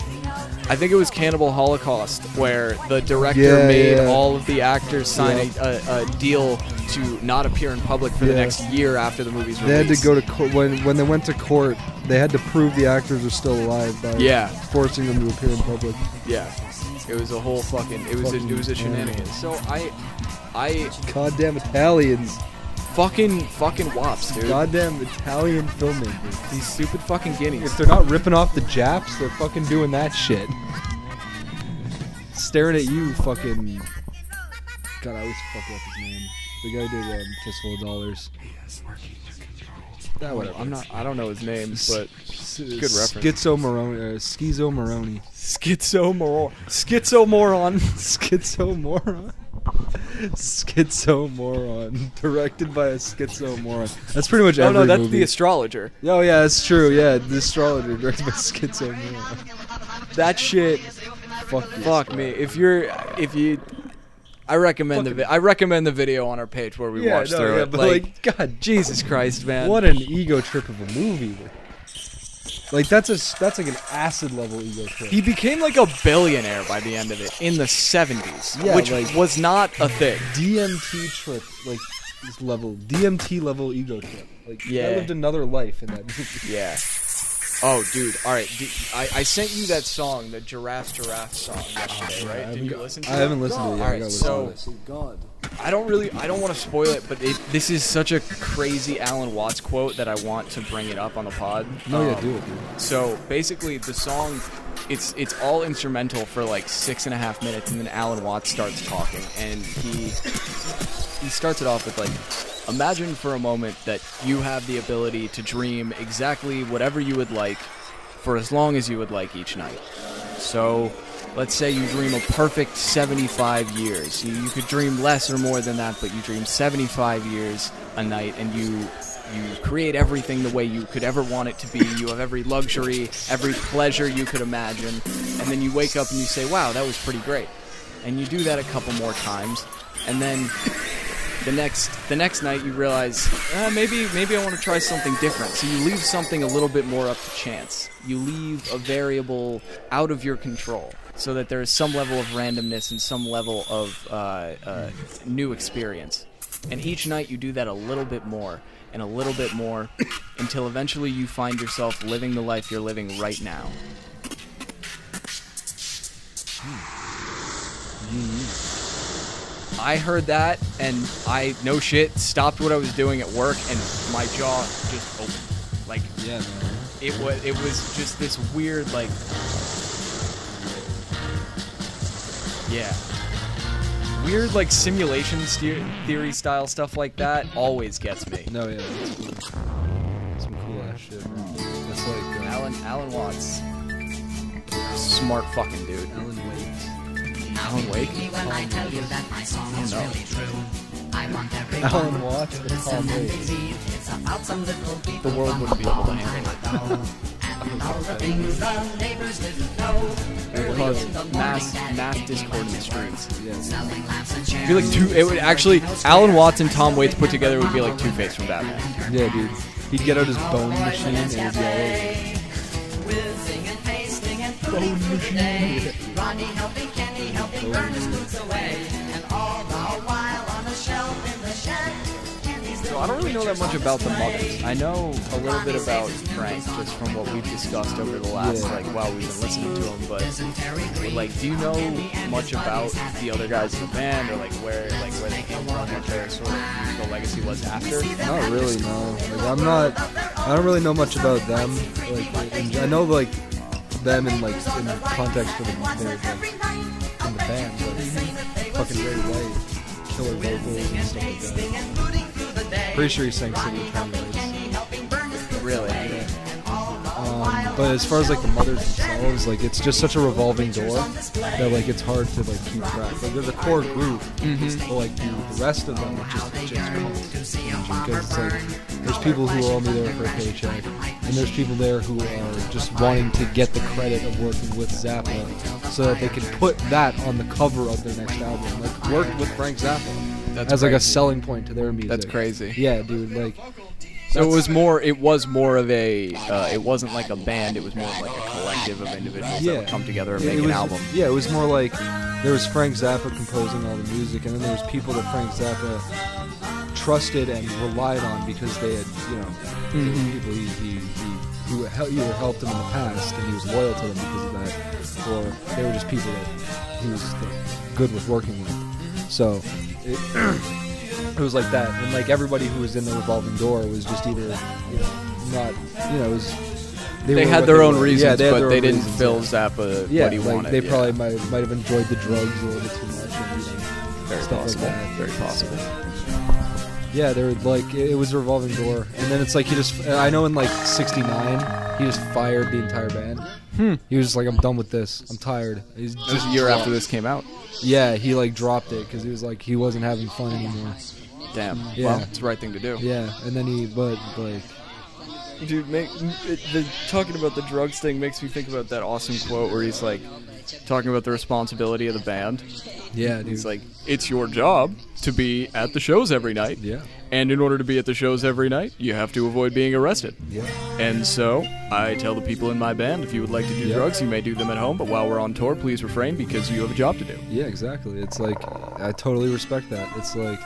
Speaker 2: I think it was Cannibal Holocaust where the director
Speaker 1: Yeah,
Speaker 2: made
Speaker 1: yeah.
Speaker 2: all of the actors sign a, a, a deal to not appear in public for the
Speaker 1: Yeah.
Speaker 2: next year after the movie's
Speaker 1: They had
Speaker 2: release.
Speaker 1: to go to court when when they went to court. They had to prove the actors were still alive by
Speaker 2: Yeah.
Speaker 1: forcing them to appear in public.
Speaker 2: Yeah, it was a whole fucking. It was
Speaker 1: Fucking
Speaker 2: a, it was a
Speaker 1: yeah.
Speaker 2: shenanigans. So I, I
Speaker 1: Goddamn Italians.
Speaker 2: fucking fucking wops, dude.
Speaker 1: Goddamn Italian filmmakers.
Speaker 2: These stupid fucking guineas.
Speaker 1: If they're not ripping off the Japs, they're fucking doing that shit. Staring at you, fucking. God, I always fuck up his name. The guy did um, Fistful of Dollars.
Speaker 2: Yeah, whatever. I'm not. I don't know his name, but good reference.
Speaker 1: Schizo Moroni. Uh, Schizo Moroni.
Speaker 5: Schizomoron. Schizomoron. Oh,
Speaker 1: Schizomoron. Schizomoron. Directed by a schizomoron. That's pretty much
Speaker 5: Oh
Speaker 1: every
Speaker 5: no, that's the
Speaker 1: movie.
Speaker 5: astrologer.
Speaker 1: oh yeah, that's true. Yeah, the astrologer directed by schizomoron.
Speaker 5: That shit.
Speaker 1: Fuck you.
Speaker 5: Fuck me. If you're, if you, I recommend the. Vi- I recommend the video on our page where we
Speaker 1: Yeah,
Speaker 5: watch
Speaker 1: no,
Speaker 5: through
Speaker 1: yeah,
Speaker 5: it.
Speaker 1: but
Speaker 5: like,
Speaker 1: like, God,
Speaker 5: Jesus Christ, man.
Speaker 1: what an ego trip of a movie. Like that's a s- that's like an acid level ego trip.
Speaker 2: He became like a billionaire by the end of it in the 70s,
Speaker 1: Yeah,
Speaker 2: which
Speaker 1: like-
Speaker 2: was not a thing.
Speaker 1: DMT trip, like this level DMT level ego trip. Like
Speaker 2: Yeah.
Speaker 1: I lived another life in that movie.
Speaker 2: Yeah. Oh, dude. All right. Dude, I, I sent you that song, the Giraffe Giraffe song yesterday,
Speaker 1: Oh, I
Speaker 2: right?
Speaker 1: haven't
Speaker 2: Did you
Speaker 1: got-
Speaker 2: listen to
Speaker 1: I
Speaker 2: it?
Speaker 1: haven't listened to it yet.
Speaker 2: All
Speaker 1: I
Speaker 2: right.
Speaker 1: gotta
Speaker 2: So
Speaker 1: listen
Speaker 2: I don't really, I don't want to spoil it, but it, this is such a crazy Alan Watts quote that I want to bring it up on the pod.
Speaker 1: No, yeah,
Speaker 2: Um,
Speaker 1: do it, dude.
Speaker 2: So basically, the song, it's it's all instrumental for like six and a half minutes, and then Alan Watts starts talking, and he he starts it off with like, imagine for a moment that you have the ability to dream exactly whatever you would like, for as long as you would like each night. So. Let's say you dream a perfect 75 years. You, you could dream less or more than that, but you dream 75 years a night, and you you create everything the way you could ever want it to be. You have every luxury, every pleasure you could imagine, and then you wake up and you say, "Wow, that was pretty great." And you do that a couple more times, and then the next the next night you realize uh, maybe maybe I want to try something different. So you leave something a little bit more up to chance. You leave a variable out of your control, so that there is some level of randomness and some level of uh, uh, new experience. And each night you do that a little bit more and a little bit more, until eventually you find yourself living the life you're living right now. I heard that and I no shit stopped what I was doing at work and my jaw just opened. Like
Speaker 1: Yeah, man.
Speaker 2: it was it was just this weird like Yeah. Weird like simulation steer- theory style stuff like that always gets me.
Speaker 1: No, yeah, that's cool. Some cool ass shit. Man. That's like uh,
Speaker 2: Alan Alan Watts. Smart fucking dude.
Speaker 1: Alan Wake.
Speaker 2: Alan Wake.
Speaker 6: Me when I tell you that my song is really true. I want everyone
Speaker 1: Alan Watts
Speaker 6: to
Speaker 1: and
Speaker 6: listen
Speaker 1: Alan
Speaker 6: and
Speaker 1: Wake.
Speaker 6: believe it's about some little people
Speaker 2: world
Speaker 6: from
Speaker 2: wouldn't be
Speaker 6: a
Speaker 2: able to
Speaker 6: long
Speaker 2: handle
Speaker 6: time ago. and all the things the neighbors didn't know.
Speaker 2: It
Speaker 6: Early
Speaker 2: caused
Speaker 6: in the morning,
Speaker 2: mass
Speaker 6: Daddy
Speaker 2: mass
Speaker 6: came
Speaker 2: discord in the
Speaker 6: into work,
Speaker 2: streets.
Speaker 6: Selling lamps and chairs.
Speaker 2: It'd be like two. It would actually. Alan Watts and Tom Waits put together would be like Two Face from Batman.
Speaker 1: Yeah, dude. He'd get out his bone machine and it'd be all over.
Speaker 6: Whizzing and pasting and fooling through the day. Ronnie helping, Kenny helping, Ernest moves away. And all the while on a shelf in the shed.
Speaker 2: So I don't really know that much about the mothers. I know a little bit about Frank just from what we've discussed over the last
Speaker 1: Yeah.
Speaker 2: like while we've been listening to him. But like, do you know much about the other guys in the band or like where like where they came from, what their sort of musical legacy was after?
Speaker 1: Not really, no. Like, I'm not. I don't really know much about them. Like, in- I know like them in like in the context of the, their, like, in the band, but fucking Ray White, killer vocals and stuff like that. Pretty sure he sang City of Cameras.
Speaker 2: Really?
Speaker 1: Um, but as far as like the mothers themselves, like it's just such a revolving door that like it's hard to like keep track. Like there's a core group,
Speaker 2: Mm-hmm.
Speaker 1: but like the, the rest of them are just just because it's like there's people who are only there for a paycheck, and there's people there who are just wanting to get the credit of working with Zappa, so that they can put that on the cover of their next album. Like work with Frank Zappa
Speaker 2: That's
Speaker 1: as like a
Speaker 2: crazy.
Speaker 1: selling point to their music.
Speaker 2: That's crazy.
Speaker 1: Yeah, dude. Like
Speaker 2: So it was more. It was more of a. Uh, it wasn't like a band. It was more of like a collective of individuals that would come together and
Speaker 1: It
Speaker 2: make
Speaker 1: was-
Speaker 2: an album.
Speaker 1: Yeah, it was more like there was Frank Zappa composing all the music, and then there was people that Frank Zappa trusted and relied on because they had, you know,
Speaker 2: Mm-hmm.
Speaker 1: people he, he, he who hel- either helped him in the past and he was loyal to them because of that, or they were just people that he was like, good with working with. So it, it was like that, and like everybody who was in the revolving door was just either, you know, not, you know, it was.
Speaker 2: They
Speaker 1: were
Speaker 2: had
Speaker 1: what
Speaker 2: their own
Speaker 1: were.
Speaker 2: reasons,
Speaker 1: yeah, they had
Speaker 2: but
Speaker 1: their
Speaker 2: they
Speaker 1: own
Speaker 2: didn't
Speaker 1: reasons,
Speaker 2: fill
Speaker 1: yeah.
Speaker 2: Zappa
Speaker 1: Yeah,
Speaker 2: what he
Speaker 1: like,
Speaker 2: wanted.
Speaker 1: they
Speaker 2: yeah.
Speaker 1: probably might, might have enjoyed the drugs a little bit too much. And, you know,
Speaker 2: very
Speaker 1: stuff
Speaker 2: possible.
Speaker 1: Like that.
Speaker 2: Very possible.
Speaker 1: Yeah, they were like it it was a revolving door, and then it's like he just. uh, I know in like '69 he just fired the entire band. He was just like, I'm done with this. I'm tired. He's
Speaker 2: Just
Speaker 1: just
Speaker 2: a year after this came out.
Speaker 1: yeah. He like dropped it because he was like he wasn't having fun anymore.
Speaker 2: Damn.
Speaker 1: Yeah.
Speaker 2: Well, it's the right thing to do.
Speaker 1: Yeah, and then he but like
Speaker 2: Dude, make, it, the, talking about the drugs thing makes me think about that awesome quote where he's like talking about the responsibility of the band.
Speaker 1: yeah, dude.
Speaker 2: He's like, it's your job to be at the shows every night.
Speaker 1: Yeah.
Speaker 2: And in order to be at the shows every night, you have to avoid being arrested.
Speaker 1: yeah,
Speaker 2: And so I tell the people in my band if you would like to do
Speaker 1: Yeah.
Speaker 2: drugs, you may do them at home, but while we're on tour, please refrain because you have a job to do.
Speaker 1: yeah, exactly. It's like I totally respect that. It's like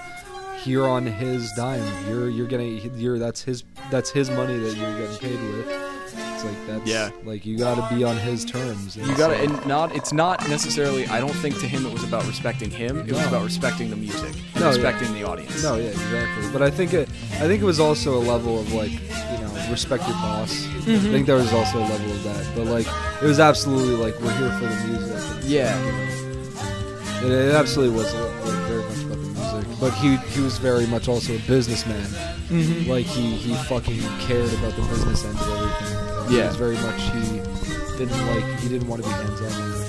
Speaker 1: you're on his dime. You're you're getting you're that's his that's his money that you're getting paid with. It's like that's
Speaker 2: Yeah.
Speaker 1: Like you got to be on his terms.
Speaker 2: You gotta, and not, it's not necessarily, I don't think to him it was about respecting him, it was
Speaker 1: No.
Speaker 2: about respecting the music, and
Speaker 1: No, yeah.
Speaker 2: respecting the audience.
Speaker 1: No, yeah, exactly. But I think it, I think it was also a level of like, you know, respect your boss. I think there was also a level of that. But like, it was absolutely like we're here for the music.
Speaker 2: Yeah.
Speaker 1: It, it absolutely was like, very much about the music. But he he was very much also a businessman.
Speaker 2: Mm-hmm.
Speaker 1: Like he he fucking cared about the business end of everything. He
Speaker 2: Yeah.
Speaker 1: was very much he didn't like he didn't want to be hands on.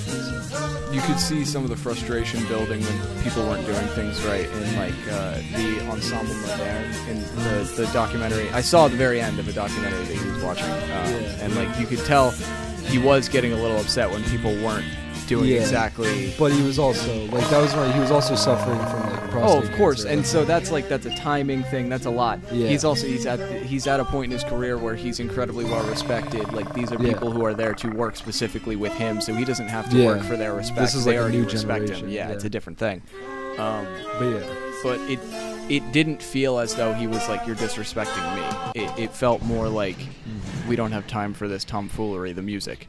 Speaker 2: you could see some of the frustration building when people weren't doing things right in like uh, the ensemble moderne in the, the documentary i saw the very end of a documentary that he was watching um, and like you could tell he was getting a little upset when people weren't doing
Speaker 1: Yeah.
Speaker 2: exactly
Speaker 1: But he was also like that was right. He was also suffering from like prostate
Speaker 2: Oh, of course,
Speaker 1: cancer.
Speaker 2: and so that's like that's a timing thing. That's a lot.
Speaker 1: Yeah.
Speaker 2: He's also he's at he's at a point in his career where he's incredibly well respected. Like these are
Speaker 1: Yeah.
Speaker 2: people who are there to work specifically with him, so he doesn't have to
Speaker 1: Yeah.
Speaker 2: work for their respect.
Speaker 1: is
Speaker 2: they
Speaker 1: like a
Speaker 2: already
Speaker 1: new
Speaker 2: respect him.
Speaker 1: generation,
Speaker 2: Yeah,
Speaker 1: yeah.
Speaker 2: it's a different thing. Um,
Speaker 1: but yeah,
Speaker 2: but it it didn't feel as though he was like you're disrespecting me. It, it felt more like we don't have time for this tomfoolery. The music.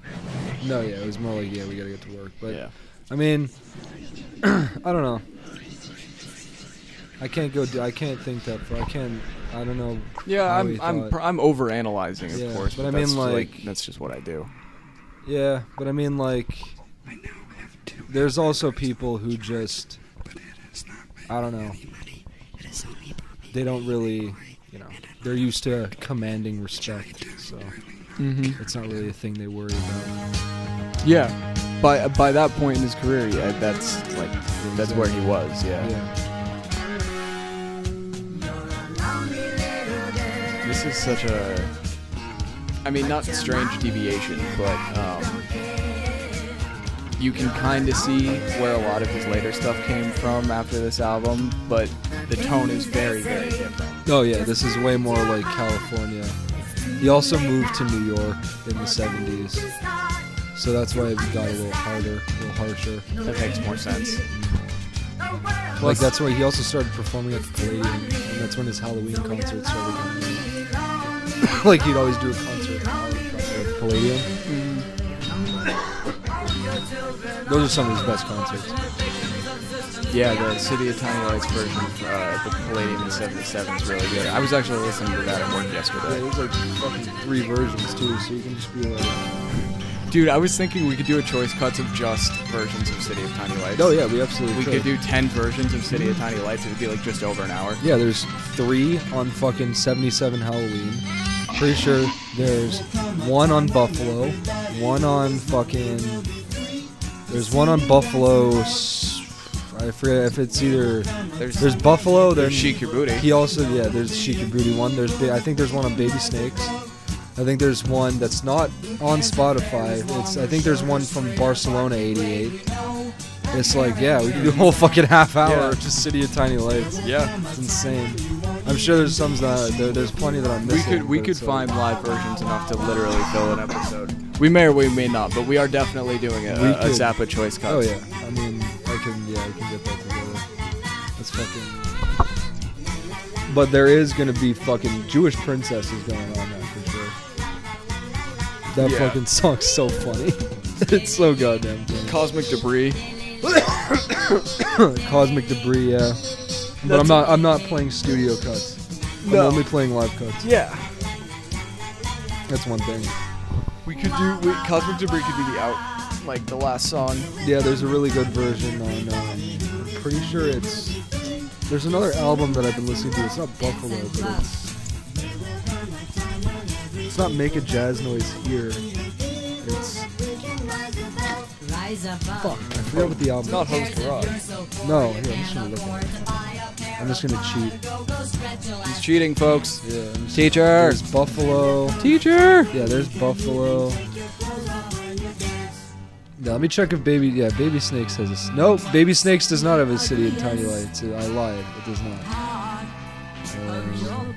Speaker 1: no, yeah, it was more like yeah, we gotta get to work. But
Speaker 2: Yeah.
Speaker 1: I mean, I don't know. I can't go. I can't think that. far. I can't. I don't know.
Speaker 2: Yeah,
Speaker 1: how
Speaker 2: I'm
Speaker 1: he
Speaker 2: I'm
Speaker 1: thought.
Speaker 2: pr- I'm overanalyzing, of
Speaker 1: Yeah,
Speaker 2: course.
Speaker 1: but I
Speaker 2: that's
Speaker 1: mean,
Speaker 2: like,
Speaker 1: like-
Speaker 2: that's just what I do.
Speaker 1: yeah, but I mean, like, there's also people who just, I don't know. They don't really, you know, they're used to commanding respect, so
Speaker 2: Mm-hmm.
Speaker 1: it's not really a thing they worry about.
Speaker 2: Yeah. By by that point in his career, yeah, that's like that's where he was. Yeah.
Speaker 1: Yeah,
Speaker 2: This is such a. I mean, not strange deviation, but um, you can kind of see where a lot of his later stuff came from after this album, but the tone is very, very different.
Speaker 1: Oh yeah, this is way more like California. He also moved to New York in the '70s, so that's why it got a little harder, a little harsher.
Speaker 2: That makes more sense.
Speaker 1: Like that's why he also started performing at the Palladium, and that's when his Halloween concert started. Coming out. like he'd always do a concert, Halloween concert at the Palladium. Those are some of his best concerts.
Speaker 2: Yeah, the City of Tiny Lights version of uh, the Palladium in '77 is really good. I was actually listening to that at work
Speaker 1: Yeah,
Speaker 2: yesterday.
Speaker 1: there's like fucking three versions too, so you can just be like,
Speaker 2: Dude, I was thinking we could do a choice cuts of just versions of City of Tiny Lights.
Speaker 1: oh yeah, we absolutely
Speaker 2: We could do 10 versions of City of Tiny Lights. It would be like just over an hour.
Speaker 1: Yeah, there's three on fucking 77 Halloween. Pretty sure there's one on Buffalo, one on fucking. There's one on Buffalo. s- I forget if it's either.
Speaker 2: There's,
Speaker 1: There's Buffalo. There's
Speaker 2: Shake Your Booty.
Speaker 1: He also yeah. There's Sheik Your Booty one. There's ba- I think there's one on Baby Snakes. I think there's one that's not on Spotify. It's I think there's one from Barcelona '88. It's like yeah, we can do a whole fucking half hour
Speaker 2: Yeah.
Speaker 1: of just City of Tiny Lights.
Speaker 2: yeah.
Speaker 1: It's insane. I'm sure there's some that there, there's plenty that I'm
Speaker 2: We
Speaker 1: missing.
Speaker 2: could we
Speaker 1: but
Speaker 2: could
Speaker 1: it's, uh,
Speaker 2: find live versions enough to literally fill an episode. We may or we may not, but we are definitely doing a,
Speaker 1: We
Speaker 2: a,
Speaker 1: could.
Speaker 2: Zappa choice cut.
Speaker 1: Oh yeah, I mean I can yeah I can get that together. That's fucking. But there is gonna be fucking Jewish princesses going on now for sure. That
Speaker 2: Yeah.
Speaker 1: fucking song's so funny. it's so goddamn funny.
Speaker 2: Cosmic Debris.
Speaker 1: Cosmic debris, yeah. But I'm not I'm not playing studio cuts.
Speaker 2: No.
Speaker 1: I'm only playing live cuts.
Speaker 2: Yeah.
Speaker 1: That's one thing.
Speaker 2: We could do we, Cosmic Debris could be the out like the last song.
Speaker 1: Yeah, there's a really good version on. Um, I'm pretty sure it's There's another album that I've been listening to. It's not Buffalo, but it's. It's not Make a Jazz Noise Here. It's.
Speaker 6: Rise above.
Speaker 1: Fuck, I forgot what the album
Speaker 2: It's
Speaker 1: is.
Speaker 2: not Host Garage.
Speaker 1: No, here, I'm just gonna look at it. I'm just gonna cheat.
Speaker 2: He's cheating, folks.
Speaker 1: Yeah, I'm just-
Speaker 2: Teacher.
Speaker 1: There's Buffalo.
Speaker 2: Teacher.
Speaker 1: Yeah, there's Buffalo. Now, let me check if Baby. Yeah, Baby Snakes has a. s- No, Baby Snakes does not have a city in Tiny Lights. I lied. It does not. Um,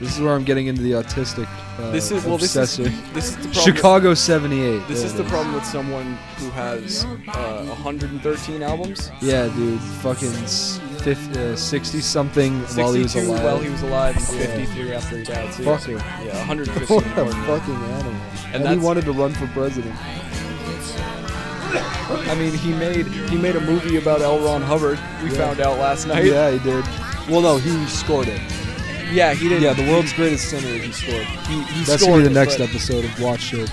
Speaker 1: this is where I'm getting into the autistic. Uh,
Speaker 2: This is well. This is
Speaker 1: obsessive.
Speaker 2: this is the problem.
Speaker 1: Chicago '78.
Speaker 2: This
Speaker 1: There
Speaker 2: is
Speaker 1: it
Speaker 2: the problem with someone who has uh, 113 albums.
Speaker 1: Yeah, dude. Fucking s- fif- uh, 60 something while he was
Speaker 2: 62
Speaker 1: alive.
Speaker 2: while he was alive, and
Speaker 1: Yeah.
Speaker 2: 53 after he died. So
Speaker 1: Fuck
Speaker 2: yeah,
Speaker 1: him.
Speaker 2: yeah, 115.
Speaker 1: what a
Speaker 2: more.
Speaker 1: fucking animal. And,
Speaker 2: that's-
Speaker 1: he wanted to run for president.
Speaker 2: I mean, he made he made a movie about L. Ron Hubbard. We
Speaker 1: Yeah.
Speaker 2: found out last night.
Speaker 1: yeah, he did. Well, no, he scored it.
Speaker 2: Yeah, he did.
Speaker 1: Yeah, the world's greatest sinner he scored.
Speaker 2: he, he
Speaker 1: That's gonna be
Speaker 2: scored it,
Speaker 1: the next
Speaker 2: but-
Speaker 1: episode of Watch It.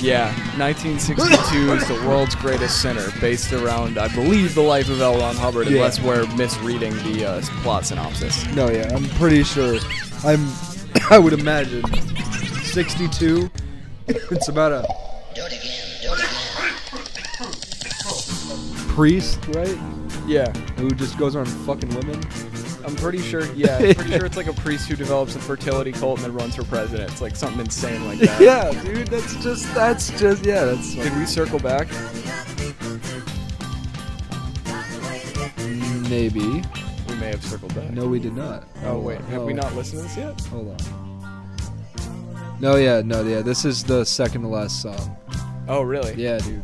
Speaker 2: Yeah, 1962 is the world's greatest sinner, based around, I believe, the life of L. Ron Hubbard,
Speaker 1: Yeah.
Speaker 2: unless we're misreading the uh, plot synopsis.
Speaker 1: No, yeah, I'm pretty sure. I'm. I would imagine 62. It's about a priest, right?
Speaker 2: Yeah,
Speaker 1: Who just goes around fucking women.
Speaker 2: I'm pretty sure. Yeah, I'm pretty sure it's like a priest who develops a fertility cult and then runs for president. It's like something insane like that.
Speaker 1: Yeah, dude, that's just that's just yeah, that's.
Speaker 2: Did we circle back?
Speaker 1: Maybe.
Speaker 2: We may have circled back.
Speaker 1: No, we did not.
Speaker 2: Oh wait, have we
Speaker 1: No.
Speaker 2: not listened to this yet?
Speaker 1: Hold on. No, yeah, no, yeah. This is the second to last song.
Speaker 2: Oh really?
Speaker 1: Yeah, dude.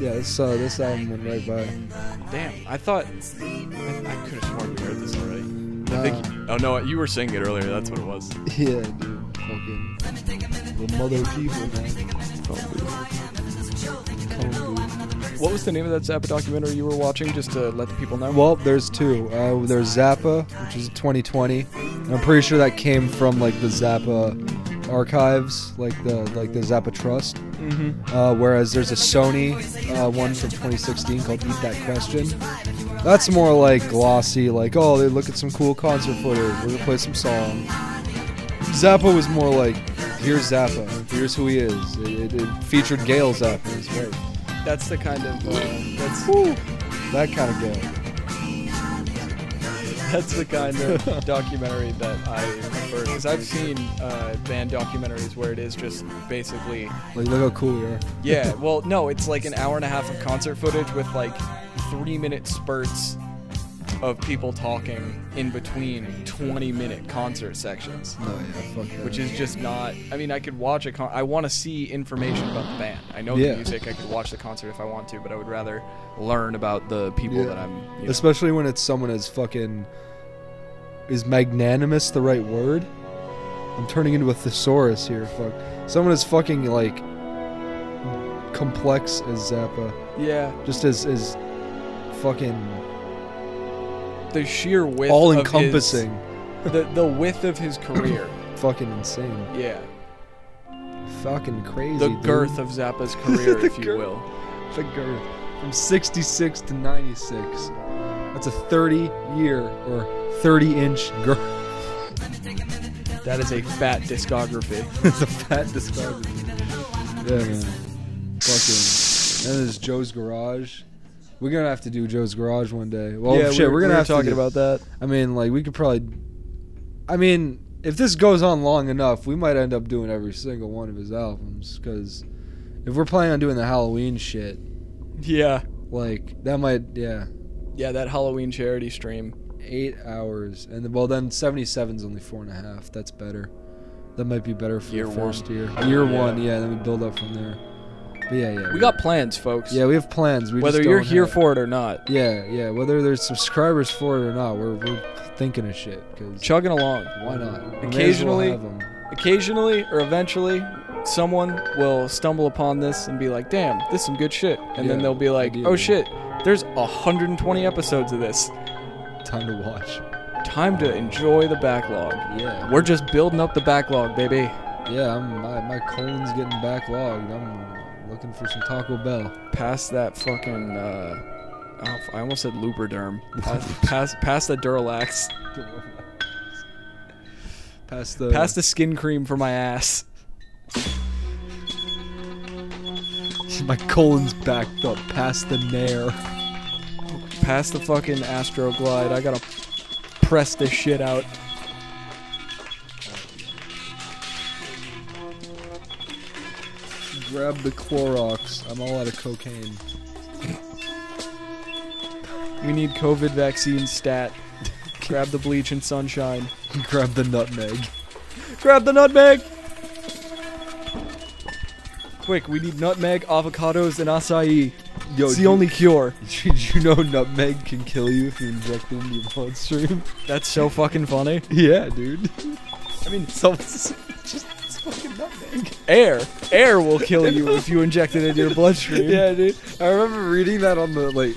Speaker 1: Yeah, this uh, this album went right by.
Speaker 2: Damn. I thought I, I could have sworn we heard this already. I
Speaker 1: Nah.
Speaker 2: think. Oh no, you were singing it earlier. That's what it was.
Speaker 1: Yeah, dude. Fucking the mother people, man. Come on,
Speaker 2: What was the name of that Zappa documentary you were watching? Just to let the people know.
Speaker 1: dude. Well, there's two. Uh, there's Zappa, which is 2020. And I'm pretty sure that came from like the Zappa archives, like the like the Zappa Trust.
Speaker 2: Mm-hmm.
Speaker 1: Uh, whereas there's a Sony uh, one from 2016 called Eat That Question. That's more like glossy, like, oh, they look at some cool concert footage, we're gonna play some song. Zappa was more like, here's Zappa, here's who he is. It, it, it featured Gail Zappa, his wife.
Speaker 2: that's the kind of. Uh, that's
Speaker 1: That kind of Gail.
Speaker 2: That's the kind of documentary that I prefer. Because I've seen uh, band documentaries where it is just basically,
Speaker 1: Like, look how cool we are.
Speaker 2: yeah, well, no, it's like an hour and a half of concert footage with like three minute spurts of people talking in between 20 minute concert sections,
Speaker 1: No, Oh, yeah, fuck that.
Speaker 2: which is just not. I mean, I could watch a con. I want to see information about the band. I know
Speaker 1: Yeah.
Speaker 2: the music. I could watch the concert if I want to, but I would rather learn about the people
Speaker 1: Yeah.
Speaker 2: that I'm. You know.
Speaker 1: Especially when it's someone as fucking. Is magnanimous the right word? I'm turning into a thesaurus here. Fuck. Someone as fucking, like. complex as Zappa.
Speaker 2: yeah.
Speaker 1: Just as. as fucking.
Speaker 2: The sheer width.
Speaker 1: all
Speaker 2: of his-
Speaker 1: encompassing.
Speaker 2: the the width of his career.
Speaker 1: Fucking insane.
Speaker 2: Yeah,
Speaker 1: Fucking crazy.
Speaker 2: the
Speaker 1: dude.
Speaker 2: girth of Zappa's career,
Speaker 1: The
Speaker 2: if you
Speaker 1: girth.
Speaker 2: will.
Speaker 1: The girth. From 66 to 96. That's a 30 year or 30 inch girth.
Speaker 2: That is a fat discography.
Speaker 1: It's a fat discography. Yeah, man. Fucking. And there's Joe's Garage. We're gonna have to do Joe's Garage one day. Well, Oh, shit, we're, gonna have to do-
Speaker 2: that.
Speaker 1: I mean, like, we could probably. I mean, if this goes on long enough, we might end up doing every single one of his albums. Because if we're planning on doing the Halloween shit,
Speaker 2: Yeah,
Speaker 1: like, that might, yeah,
Speaker 2: yeah, that Halloween charity stream.
Speaker 1: eight hours. And then, well, then 77's only four and a half. That's better. That might be better for
Speaker 2: Year
Speaker 1: the
Speaker 2: one.
Speaker 1: first year. Year
Speaker 2: Yeah.
Speaker 1: one, yeah, then we build up from there. But yeah, yeah.
Speaker 2: We got plans, folks.
Speaker 1: Yeah, we have plans. We
Speaker 2: Whether
Speaker 1: just
Speaker 2: you're
Speaker 1: don't
Speaker 2: here
Speaker 1: have-
Speaker 2: for it or not,
Speaker 1: Yeah, yeah. Whether there's subscribers for it or not, we're, we're thinking of shit. Cause
Speaker 2: chugging along.
Speaker 1: why not? We may as well
Speaker 2: Occasionally-
Speaker 1: have 'em.
Speaker 2: Occasionally or eventually, someone will stumble upon this and be like, "Damn, this is some good shit," and then
Speaker 1: Yeah,
Speaker 2: they'll be like, "Oh
Speaker 1: ideally.
Speaker 2: shit, there's 120 episodes of this.
Speaker 1: Time to watch.
Speaker 2: Time to enjoy the backlog."
Speaker 1: Yeah.
Speaker 2: We're just building up the backlog, baby.
Speaker 1: Yeah, I'm, my, my colon's getting backlogged. I'm looking for some Taco Bell.
Speaker 2: Pass that fucking uh, Oh, f- I almost said Lubriderm. Pass, pass, pass the Duralax.
Speaker 1: Past the
Speaker 2: Pass the skin cream for my ass.
Speaker 1: my colon's backed up. Past the nair.
Speaker 2: Pass the fucking Astroglide. I gotta press this shit out.
Speaker 1: Grab the Clorox. I'm all out of cocaine.
Speaker 2: We need COVID vaccine stat. Grab the bleach and sunshine.
Speaker 1: Grab the nutmeg.
Speaker 2: Grab the nutmeg! Quick, we need nutmeg, avocados, and acai.
Speaker 1: Yo,
Speaker 2: it's
Speaker 1: did
Speaker 2: the
Speaker 1: you-
Speaker 2: only cure.
Speaker 1: Did you know nutmeg can kill you if you inject it into your bloodstream?
Speaker 2: That's so fucking funny.
Speaker 1: yeah, dude.
Speaker 2: I mean, so just it's fucking nutmeg. Air, air will kill you if you inject it into your bloodstream.
Speaker 1: Yeah, dude. I remember reading that on the like.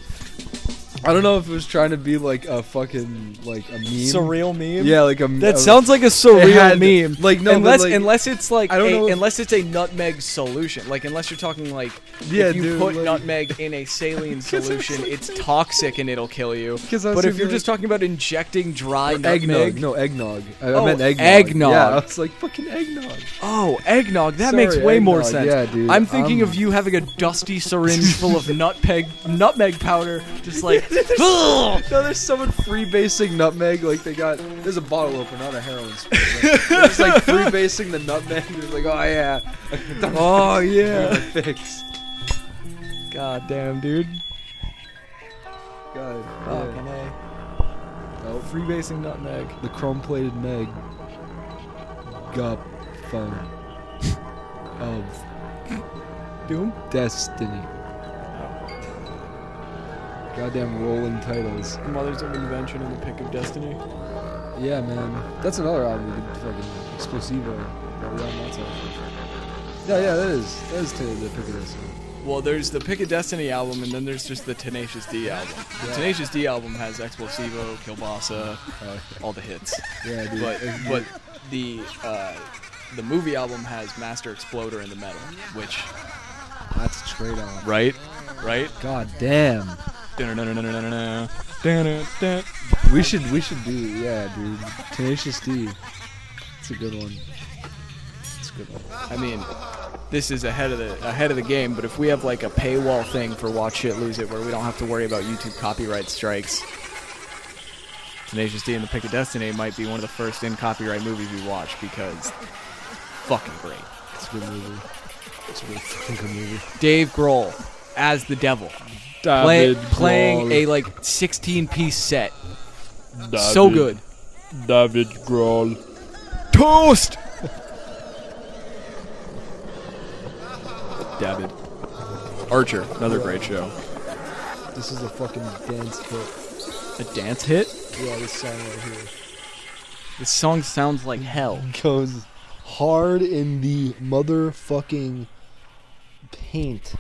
Speaker 1: I don't know if it was trying to be like a fucking like a meme.
Speaker 2: surreal meme.
Speaker 1: Yeah, like a.
Speaker 2: that
Speaker 1: a-
Speaker 2: sounds like a surreal
Speaker 1: It had-
Speaker 2: meme.
Speaker 1: like, no, but,
Speaker 2: unless
Speaker 1: like-
Speaker 2: unless it's like
Speaker 1: I don't
Speaker 2: a-
Speaker 1: know if-
Speaker 2: unless it's a nutmeg solution. Like unless you're talking like
Speaker 1: Yeah,
Speaker 2: if you
Speaker 1: dude,
Speaker 2: put
Speaker 1: like-
Speaker 2: nutmeg in a saline solution, it's toxic and it'll kill you.
Speaker 1: 'Cause I was
Speaker 2: But if
Speaker 1: thinking,
Speaker 2: you're
Speaker 1: like-
Speaker 2: just talking about injecting dry nutmeg,
Speaker 1: eggnog. No eggnog. I, I
Speaker 2: Oh,
Speaker 1: meant eggnog.
Speaker 2: eggnog.
Speaker 1: Yeah, I was like fucking eggnog.
Speaker 2: Oh, eggnog. That
Speaker 1: Sorry,
Speaker 2: makes way more
Speaker 1: eggnog.
Speaker 2: sense.
Speaker 1: Yeah, dude, um,
Speaker 2: I'm thinking
Speaker 1: I'm-
Speaker 2: of you having a dusty syringe full of nutmeg nutmeg powder, just like. "Ugh!"
Speaker 1: No, there's someone freebasing nutmeg. Like they got there's a bottle opener, not a heroin spoon. Like, they're just like freebasing the nutmeg. It's like, oh yeah,
Speaker 2: oh yeah.
Speaker 1: fix.
Speaker 2: God damn, dude.
Speaker 1: God,
Speaker 2: Fucking
Speaker 1: yeah.
Speaker 2: A.
Speaker 1: Nope.
Speaker 2: Freebasing nutmeg.
Speaker 1: The chrome plated Meg. Gup. Phone. Of
Speaker 2: Doom.
Speaker 1: Destiny. Goddamn rolling titles.
Speaker 2: Mothers of Invention and the Pick of Destiny.
Speaker 1: Yeah, man. That's another album we did fucking Explosivo. Right around that time. Yeah, yeah, that is. That is to the pick of this one.
Speaker 2: Well, there's the Pick of Destiny album, and then there's just the Tenacious D album. The Tenacious D album has Explosivo, Kilbasa, all the hits.
Speaker 1: Yeah, dude.
Speaker 2: but
Speaker 1: Ex-
Speaker 2: but the uh, the movie album has Master Exploder in the metal, which
Speaker 1: That's a trade off.
Speaker 2: right, right.
Speaker 1: God damn.
Speaker 2: Dun-dun-dun-dun-dun-dun-dun.
Speaker 1: We should we should do yeah, dude. Tenacious D. It's a good one. It's a good one.
Speaker 2: I mean, this is ahead of the ahead of the game. But if we have like a paywall thing for Watch Shit Lose It, where we don't have to worry about YouTube copyright strikes, Tenacious D and the Pick of Destiny might be one of the first in copyright movies we watch because fucking great.
Speaker 1: It's a good movie. It's a really fucking good movie.
Speaker 2: Dave Grohl as the devil. Play,
Speaker 7: David
Speaker 2: playing
Speaker 7: Grohl.
Speaker 2: a like 16 piece set. So good.
Speaker 7: David Grohl.
Speaker 2: Toast. David. Archer, another great show.
Speaker 1: This is a fucking dance hit.
Speaker 2: A dance hit?
Speaker 1: Yeah, this song right here.
Speaker 2: This song sounds like hell.
Speaker 1: Goes hard in the motherfucking paint.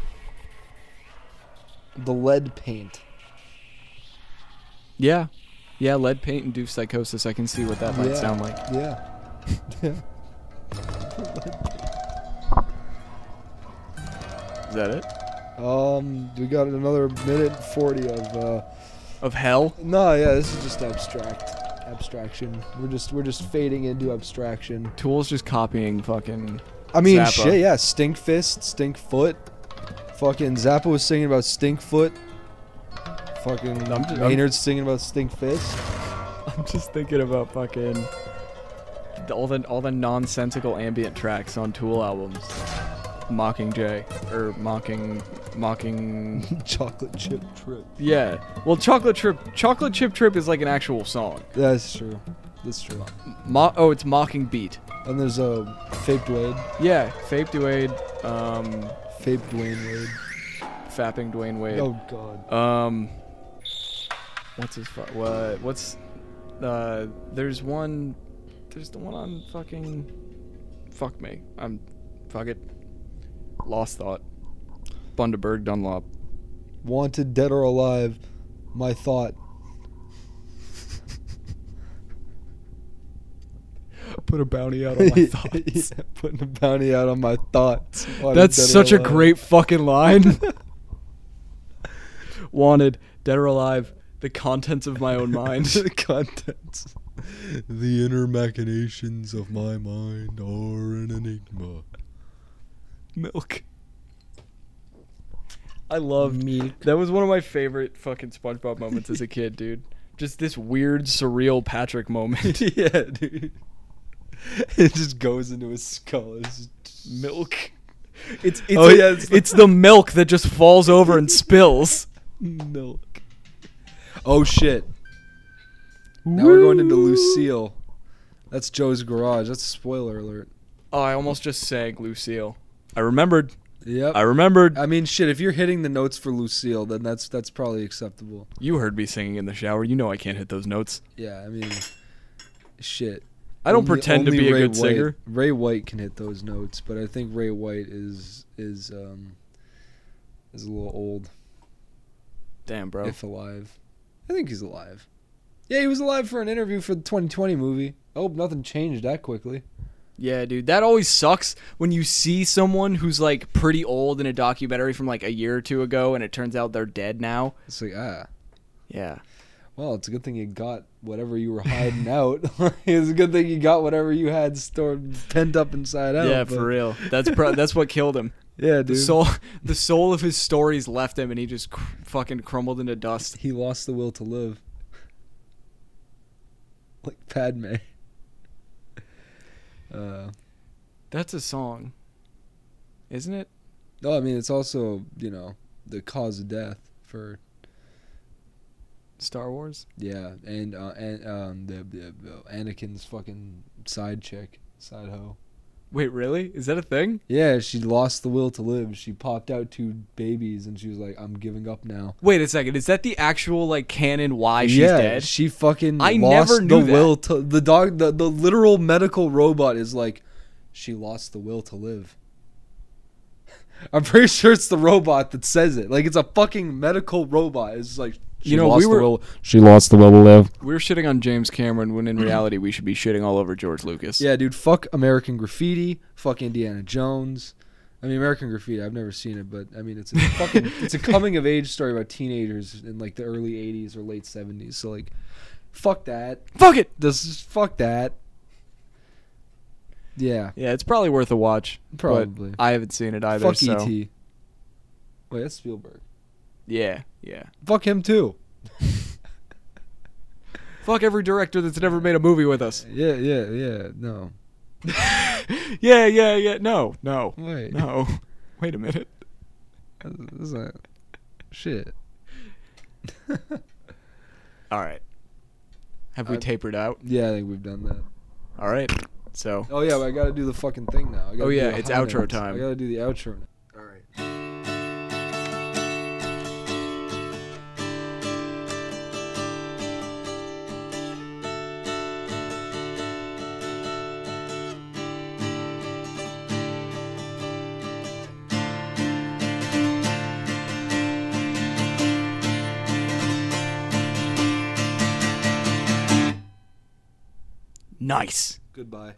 Speaker 1: The lead paint.
Speaker 2: Yeah. Yeah, lead paint and doof psychosis. I can see what that might
Speaker 1: Yeah.
Speaker 2: sound like.
Speaker 1: Yeah.
Speaker 2: Is that it?
Speaker 1: Um, we got another minute forty of uh
Speaker 2: Of hell?
Speaker 1: No, yeah, this is just abstract abstraction. We're just we're just fading into abstraction.
Speaker 2: Tool's just copying fucking.
Speaker 1: I mean,
Speaker 2: Zappa.
Speaker 1: shit, yeah. Stink fist, stink foot. Fucking Zappa was singing about stink foot. Fucking
Speaker 2: I'm just- I'm-
Speaker 1: Maynard's singing about stink fist.
Speaker 2: I'm just thinking about fucking. All the all the nonsensical ambient tracks on Tool albums. Mocking Jay. Or mocking. Mocking.
Speaker 1: Chocolate chip trip.
Speaker 2: Yeah. Well, Chocolate Trip, Chocolate Chip Trip is like an actual song.
Speaker 1: That's true. That's true.
Speaker 2: Mo- oh, it's Mocking Beat.
Speaker 1: And there's a fake Wade,
Speaker 2: Yeah, Fape Dwayne, um,
Speaker 1: fake Dwayne Wade.
Speaker 2: fapping Dwayne Wade.
Speaker 1: Oh god.
Speaker 2: Um, what's his fu- what? What's uh? There's one. There's the one on fucking. Fuck me. I'm. Fuck it. Lost thought. Bundaberg Dunlop.
Speaker 1: Wanted dead or alive, my thought.
Speaker 2: Put a bounty out
Speaker 1: Yeah, putting a bounty out on my thoughts. Wanted
Speaker 2: That's
Speaker 1: dead or
Speaker 2: such a
Speaker 1: alive.
Speaker 2: great fucking line. Wanted Dead or Alive, The Contents of My Own Mind.
Speaker 1: the contents. The inner machinations of my mind are an enigma.
Speaker 2: Milk. I love milk. That was one of my favorite fucking SpongeBob moments as a kid, dude. Just this weird, surreal Patrick moment.
Speaker 1: yeah, dude. It just goes into his skull. It's just-
Speaker 2: milk. It's it's,
Speaker 1: Oh,
Speaker 2: a-
Speaker 1: yeah,
Speaker 2: it's,
Speaker 1: it's
Speaker 2: the,
Speaker 1: the-
Speaker 2: milk that just falls over and spills.
Speaker 1: milk. Oh shit. Now we're going into Lucille. That's Joe's garage. That's a spoiler alert.
Speaker 2: Oh, I almost just sang Lucille. I remembered.
Speaker 1: Yep.
Speaker 2: I remembered.
Speaker 1: I mean, shit. If you're hitting the notes for Lucille, then that's that's probably acceptable.
Speaker 2: You heard me singing in the shower. You know I can't hit those notes.
Speaker 1: Yeah. I mean, shit.
Speaker 2: I don't
Speaker 1: Only-
Speaker 2: pretend to
Speaker 1: only
Speaker 2: be a
Speaker 1: Ray
Speaker 2: good
Speaker 1: White-
Speaker 2: singer.
Speaker 1: Ray White can hit those notes, but I think Ray White is is um is a little old,
Speaker 2: Damn, bro.
Speaker 1: if alive. I think he's alive. Yeah, he was alive for an interview for the 2020 movie. Oh, nothing changed that quickly.
Speaker 2: Yeah, dude, that always sucks when you see someone who's like pretty old in a documentary from like a year or two ago, and it turns out they're dead now.
Speaker 1: It's like ah,
Speaker 2: Yeah,
Speaker 1: well, it's a good thing you got whatever you were hiding out. it's a good thing you got whatever you had stored pent up inside out.
Speaker 2: yeah,
Speaker 1: but-
Speaker 2: for real. That's pro- that's what killed him.
Speaker 1: Yeah,
Speaker 2: The
Speaker 1: dude.
Speaker 2: soul, the soul of his stories left him, and he just cr- fucking crumbled into dust.
Speaker 1: he lost the will to live. Like Padme. Uh,
Speaker 2: That's a song, isn't it?
Speaker 1: no, I mean it's also you know the cause of death for
Speaker 2: Star Wars.
Speaker 1: yeah, and uh, and um the, the the Anakin's fucking side chick, side hoe.
Speaker 2: Wait, really? Is that a thing?
Speaker 1: Yeah, she lost the will to live. She popped out two babies, and she was like, "I'm giving up now."
Speaker 2: Wait a second. Is that the actual like canon why she's
Speaker 1: yeah,
Speaker 2: dead?
Speaker 1: she fucking
Speaker 2: I
Speaker 1: lost
Speaker 2: never knew
Speaker 1: the
Speaker 2: that.
Speaker 1: will to the dog. The, the literal medical robot is like, she lost the will to live. I'm pretty sure it's the robot that says it. Like it's a fucking medical robot. It's like she
Speaker 2: You know,
Speaker 1: lost
Speaker 2: we
Speaker 1: the
Speaker 2: were-
Speaker 1: will- she lost the will to live.
Speaker 2: We're shitting on James Cameron when in reality we should be shitting all over George Lucas.
Speaker 1: Yeah, dude. Fuck American Graffiti. Fuck Indiana Jones. I mean, American Graffiti. I've never seen it, but I mean, it's a fucking it's a coming of age story about teenagers in like the early '80s or late '70s. So like, fuck that.
Speaker 2: Fuck it.
Speaker 1: This is fuck that. Yeah,
Speaker 2: Yeah, it's probably worth a watch. but
Speaker 1: Probably.
Speaker 2: I haven't seen it either.
Speaker 1: fuck
Speaker 2: so.
Speaker 1: ET. Wait, that's Spielberg.
Speaker 2: Yeah, yeah.
Speaker 1: Fuck him too.
Speaker 2: Fuck every director that's never made a movie with us.
Speaker 1: Yeah, yeah, yeah. No,
Speaker 2: Yeah, yeah, yeah. No, no,
Speaker 1: wait,
Speaker 2: no. Wait a minute.
Speaker 1: This is not shit.
Speaker 2: All right. Have we
Speaker 1: Uh,
Speaker 2: tapered out?
Speaker 1: Yeah, I think we've done that.
Speaker 2: All right. So
Speaker 1: Oh yeah, but I gotta do the fucking thing now. I gotta
Speaker 2: Oh,
Speaker 1: do
Speaker 2: yeah,
Speaker 1: the
Speaker 2: it's
Speaker 1: high
Speaker 2: outro
Speaker 1: notes.
Speaker 2: time.
Speaker 1: I gotta do the outro. All right.
Speaker 2: nice.
Speaker 1: Goodbye.